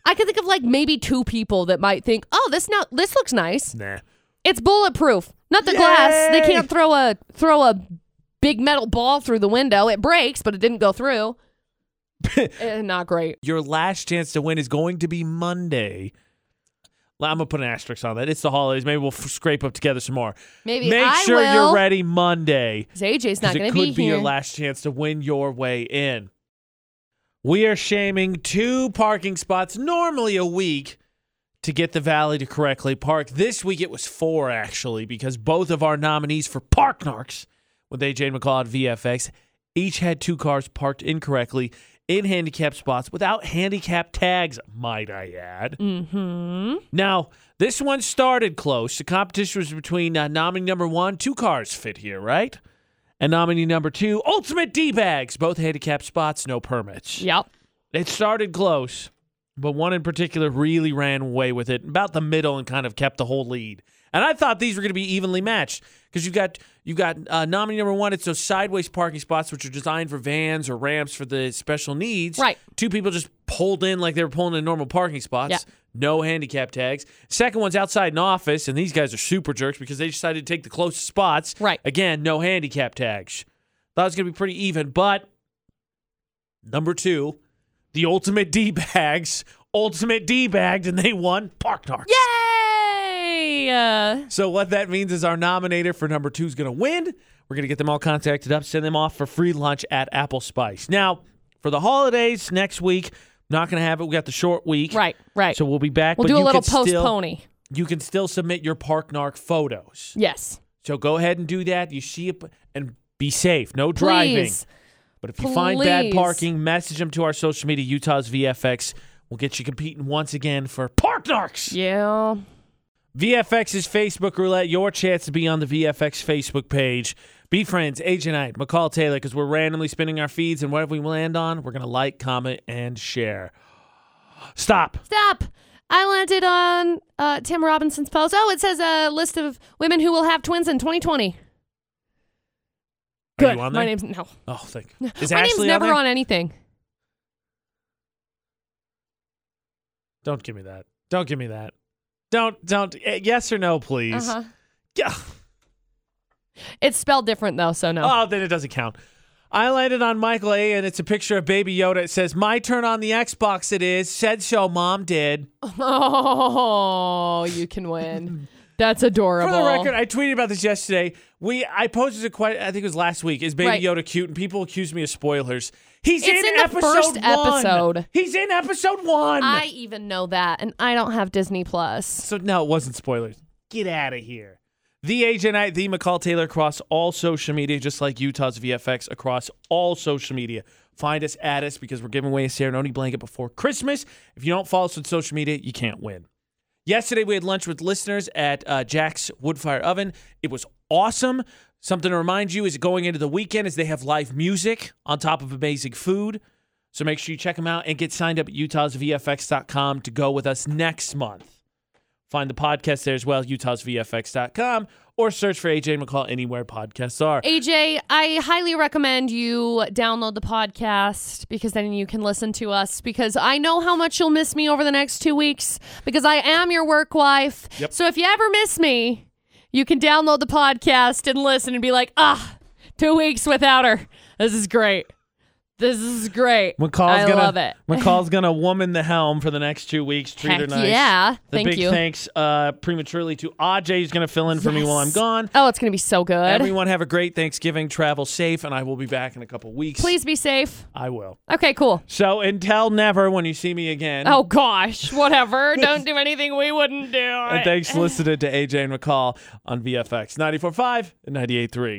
S2: I could think of like maybe two people that might think, oh, this now this looks nice.
S1: nah.
S2: It's bulletproof, not the glass. They can't throw a throw a big metal ball through the window. It breaks, but it didn't
S1: <laughs>
S2: go through. Eh, not great.
S1: Your last chance to win is going to be Monday. Well, I'm gonna put an asterisk on that. It's the holidays. Maybe we'll f- scrape up together some more.
S2: Maybe
S1: Make
S2: I
S1: sure
S2: will.
S1: you're ready Monday.
S2: 'Cause AJ's
S1: 'cause
S2: not going
S1: it
S2: to
S1: could
S2: be
S1: be,
S2: here.
S1: your last chance to win your way in. We are shaming two parking spots normally a week to get the valley to correctly park. This week it was four actually because both of our nominees for Park Narcs with AJ and McCall at VFX each had two cars parked incorrectly in handicapped spots without handicap tags, might I add.
S2: hmm
S1: Now, this one started close. The competition was between uh, nominee number one, two cars fit here, right? And nominee number two, Ultimate D Bags, both handicapped spots, no permits.
S2: Yep.
S1: It started close, but one in particular really ran away with it about the middle and kind of kept the whole lead. And I thought these were going to be evenly matched because you've got you've got uh, nominee number one. It's those sideways parking spots which are designed for vans or ramps for the special needs.
S2: Right.
S1: Two people just pulled in like they were pulling in normal parking spots.
S2: Yeah.
S1: No handicap tags. Second one's outside an office, and these guys are super jerks because they decided to take the closest spots.
S2: Right.
S1: Again, no handicap tags. Thought it was going to be pretty even, but number two, the ultimate D bags, ultimate D bagged, and they won Park Narcs.
S2: Yay! Uh,
S1: So what that means is our nominator for number two is going to win. We're going to get them all contacted up, send them off for free lunch at Apple Spice. Now for the holidays next week, not going to have it. We got the short week,
S2: right. Right.
S1: So we'll be back.
S2: we'll
S1: but
S2: do a
S1: you
S2: little
S1: can still-
S2: post pony.
S1: You can still submit your Park Narc photos.
S2: Yes.
S1: So go ahead and do that. You see it, and be safe. No driving.
S2: Please.
S1: But if you find bad
S2: Please.
S1: parking, message them to our social media, Utah's VFX. We'll get you competing once again for Park Narcs.
S2: Yeah.
S1: VFX's Facebook roulette, your chance to be on the VFX Facebook page. Be friends, Agent Knight, McCall Taylor, because we're randomly spinning our feeds, and whatever we land on, we're going to like, comment, and share. Stop.
S2: Stop. I landed on uh, Tim Robinson's post. Oh, it says a list of women who will have twins in 2020.
S1: Are
S2: Good.
S1: you on there?
S2: My name's no.
S1: oh, thank you. Is
S2: <laughs> My
S1: Ashley
S2: name's never
S1: on, there?
S2: on anything.
S1: Don't give me that. Don't give me that. Don't, don't. eh, Yes or no, please.
S2: Uh-huh.
S1: Yeah.
S2: It's spelled different though, so no.
S1: Oh, then it doesn't count. I landed on Michael A, and it's a picture of Baby Yoda. It says, "My turn on the Xbox." It is said so. Mom did.
S2: <laughs> Oh, you
S1: <laughs>
S2: can win. That's
S1: For
S2: adorable.
S1: the record, I tweeted about this yesterday. We I posted a question. I think it was last week. Is Baby
S2: Right.
S1: Yoda cute? And people accuse me of spoilers. He's
S2: It's in the
S1: episode
S2: first
S1: one.
S2: episode.
S1: He's in episode one.
S2: I even know that, and I don't have Disney Plus.
S1: So no, it wasn't spoilers. Get out of here. The agent I the McCall Taylor across all social media, just like Utah's VFX across all social media. Find us at us because we're giving away a Serenoni blanket before Christmas. If you don't follow us on social media, you can't win. Yesterday we had lunch with listeners at uh, Jack's Woodfire Oven. It was awesome. Something to remind you is going into the weekend is they have live music on top of amazing food. So make sure you check them out and get signed up at utahsvfx.com to go with us next month Find the podcast there as well, utahsvfx.com, or search for AJ McCall anywhere podcasts are.
S2: AJ, I highly recommend you download the podcast because then you can listen to us because I know how much you'll miss me over the next two weeks because I am your work wife.
S1: Yep.
S2: So if you ever miss me, you can download the podcast and listen and be like, ah, two weeks without her. This is great. This is great.
S1: McCall's
S2: I
S1: gonna,
S2: love it. <laughs>
S1: McCall's gonna woman the helm for the next two weeks. Treat her
S2: Heck
S1: nice.
S2: yeah.
S1: The
S2: Thank
S1: big
S2: you.
S1: thanks uh, prematurely to Aj. He's gonna fill in for me while I'm
S2: Yes.
S1: gone.
S2: Oh, it's going to be so good.
S1: Everyone have a great Thanksgiving. Travel safe, and I will be back in a couple weeks.
S2: Please be safe.
S1: I will.
S2: Okay, cool.
S1: So until never, when you see me again.
S2: Oh, gosh.
S1: <laughs>
S2: Whatever. Don't do anything we wouldn't do.
S1: And thanks for listening to AJ and McCall on VFX 94.5 and 98.3.